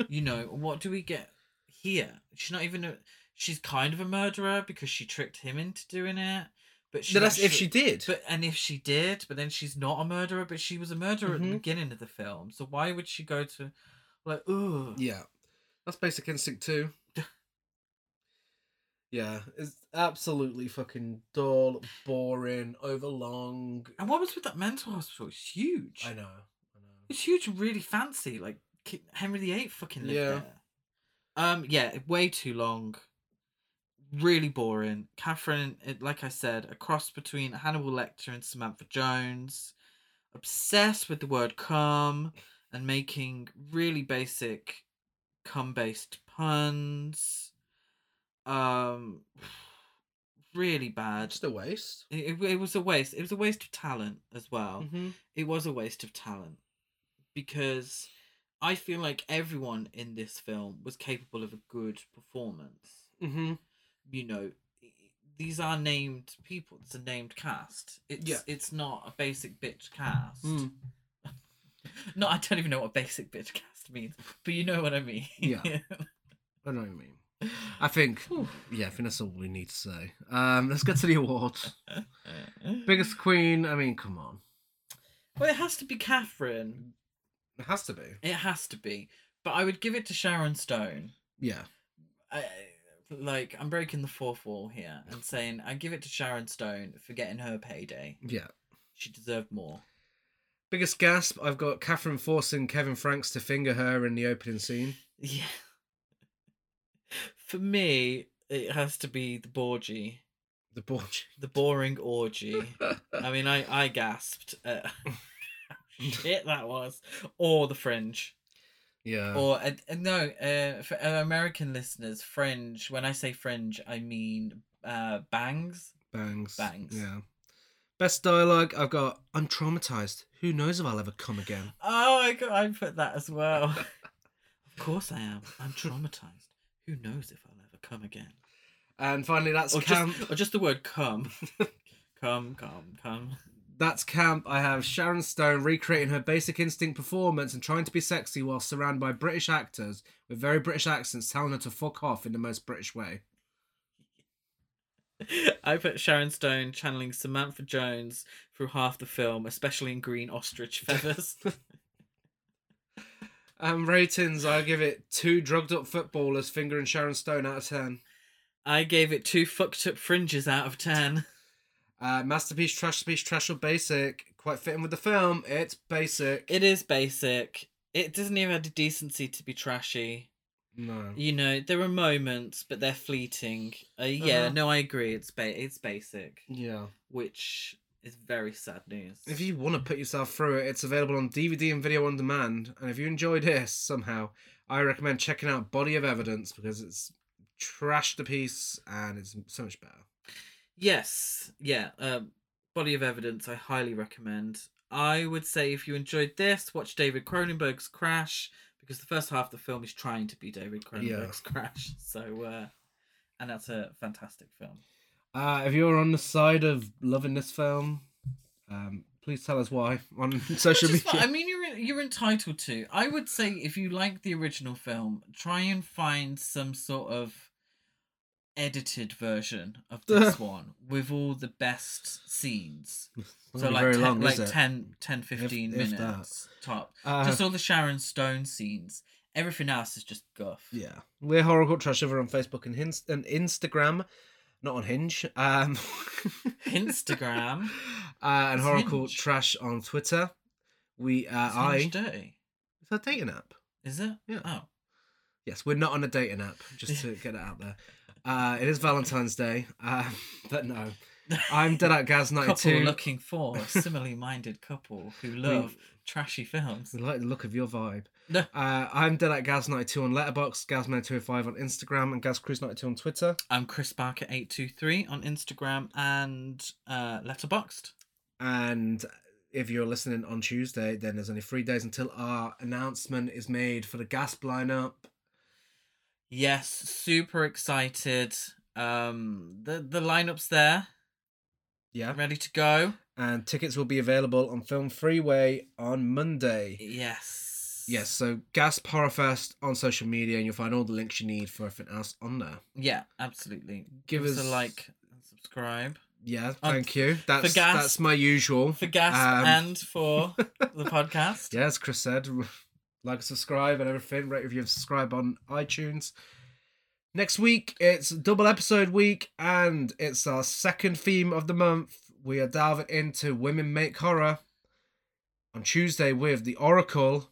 you know what do we get here she's not even a she's kind of a murderer because she tricked him into doing it but she's
No, that's if
actually-
she did.
but and if she did, but then she's not a murderer, but she was a murderer at the
Mhm.
beginning of the film. So why would she go to like ooh
Yeah, that's Basic Instinct too. yeah, it's absolutely fucking dull, boring, overlong.
And what was with that mental hospital? It's huge.
I know. I know.
It's huge and really fancy. Like Ki- Henry VIII fucking lived
Yeah.
there. Um yeah, way too long. Really boring. Catherine, it, like I said, a cross between Hannibal Lecter and Samantha Jones. Obsessed with the word cum and making really basic cum based puns. Um really bad.
Just a waste.
It, it, it was a waste. It was a waste of talent as well
Mm-hmm.
it was a waste of talent because I feel like everyone in this film was capable of a good performance.
Mm-hmm.
You know, these are named people. It's a named cast. It's
Yeah. Hmm.
it's not a basic bitch cast.
Mm.
No, I don't even know what basic bitch cast means, but you know what I mean.
Yeah. I know what you mean. I think, yeah, I think that's all we need to say. Um, let's get to the awards. Biggest queen. I mean, come on,
well, it has to be Catherine.
it has to be.
It has to be. But I would give it to Sharon Stone.
Yeah,
I, like I'm breaking the fourth wall here and saying I give it to Sharon Stone for getting her payday.
yeah.
She deserved more.
Biggest gasp. I've got Catherine forcing Kevin Franks to finger her in the opening scene.
Yeah. For me, it has to be the Borgie,
The Borgia.
the boring orgy. I mean, I I gasped. At... Shit, that was. Or the Fringe.
Yeah.
Or uh, uh, no, uh, for our American listeners, Fringe. When I say Fringe, I mean uh bangs.
Bangs.
Bangs.
Yeah. Best dialogue, I've got I'm traumatized. Who knows if I'll ever come again?
Oh my god, I put that as well. of course I am. I'm traumatized. Who knows if I'll ever come again?
And finally that's
Or
camp.
just, or just the word come. come, come, come.
That's camp. I have Sharon Stone recreating her basic instinct performance and trying to be sexy while surrounded by British actors with very British accents telling her to fuck off in the most British way.
I put Sharon Stone channeling Samantha Jones through half the film, especially in green ostrich feathers.
Um ratings, I give it two drugged up footballers fingering Sharon Stone out of ten.
I gave it two fucked up fringes out of ten.
Uh, masterpiece, trash speech, trash or basic. Quite fitting with the film. It's basic.
It is basic. It doesn't even have the decency to be trashy.
no.
You know, there are moments, but they're fleeting. Uh, yeah,
Uh-huh.
no, I agree. It's ba- it's basic.
Yeah.
which It's very sad news.
If you want to put yourself through it, it's available on DVD and video on demand. And if you enjoy this somehow, I recommend checking out Body of Evidence because it's trashed to piece and it's so much better.
Yes, yeah. Um, body of evidence, I highly recommend. I would say if you enjoyed this, watch David Cronenberg's Crash because the first half of the film is trying to be David Cronenberg's Crash. So, uh, and that's a fantastic film.
Uh, if you're on the side of loving this film, um, please tell us why on social
Which is fine.
media.
I mean, you're you're entitled to. I would say if you like the original film, try and find some sort of edited version of this one with all the best scenes. So
Not
like
very
10,
long,
like
is it?
10, 10 15
If- if that.
minutes top.
Uh,
just all the Sharon Stone scenes. Everything else is just guff.
Yeah. We're Horrorcore Trash over on Facebook and, Hinst- and Instagram, not on Hinge. Um,
Instagram.
uh, and
It's
Horrorcore
Hinge.
Trash on Twitter. We, uh,
Is
I.
Hinge
It's
dirty.
a dating app.
Is it?
Yeah.
Oh.
Yes, we're not on a dating app, just to get it out there. Uh, it is Valentine's Day, uh, but no. I'm Dead at Gaz
Couple
92.
looking for a similarly minded couple who love trashy films.
We like the look of your vibe.
No.
Uh, I'm Dead at Gaz92 on Letterboxd, Gazman205 on Instagram, and GazCruise92 on Twitter.
I'm Chris Barker eight two three on Instagram and uh, Letterboxed.
And if you're listening on Tuesday, then there's only three days until our announcement is made for the Gasp lineup.
Yes, super excited. Um, the the lineup's there,
Yeah.
ready to go.
And tickets will be available on Film Freeway on Monday.
Yes.
Yes, so Gasp Horror Fest on social media, and you'll find all the links you need for everything else on there.
Yeah, absolutely.
Give
Give, us,
us-
a like and subscribe
Yeah,
Um,
thank you. That's
Gasp-
that's my usual.
for gas
Um,
and for the podcast.
Yeah, as Chris said, like, subscribe, and everything. Rate, review, and subscribe on iTunes. Next week, it's double episode week, and it's our second theme of the month. We are delving into Women Make Horror on Tuesday with The Oracle.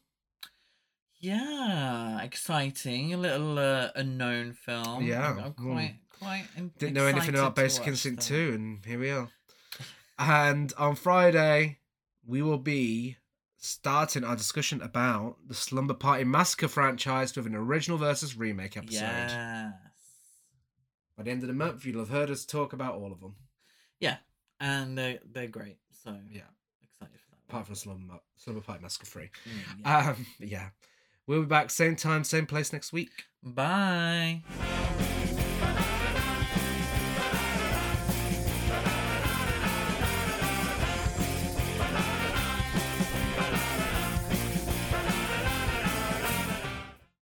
Yeah, exciting. A little uh, unknown film.
Yeah,
I'm, I'm
mm.
quite quite. in-
Didn't know anything
excited
about
to
Basic
watch
Instinct
that.
2, and here we are. And on Friday, we will be starting our discussion about the Slumber Party Massacre franchise with an original versus remake episode.
Yes.
By the end of the month, you'll have heard us talk about all of them.
Yeah, and they're they're great. So
Yeah.
excited for that.
Apart from Slumber, Slumber Party Massacre Free.
one. Mm, yeah.
Um, yeah. We'll be back same time, same place next week.
Bye.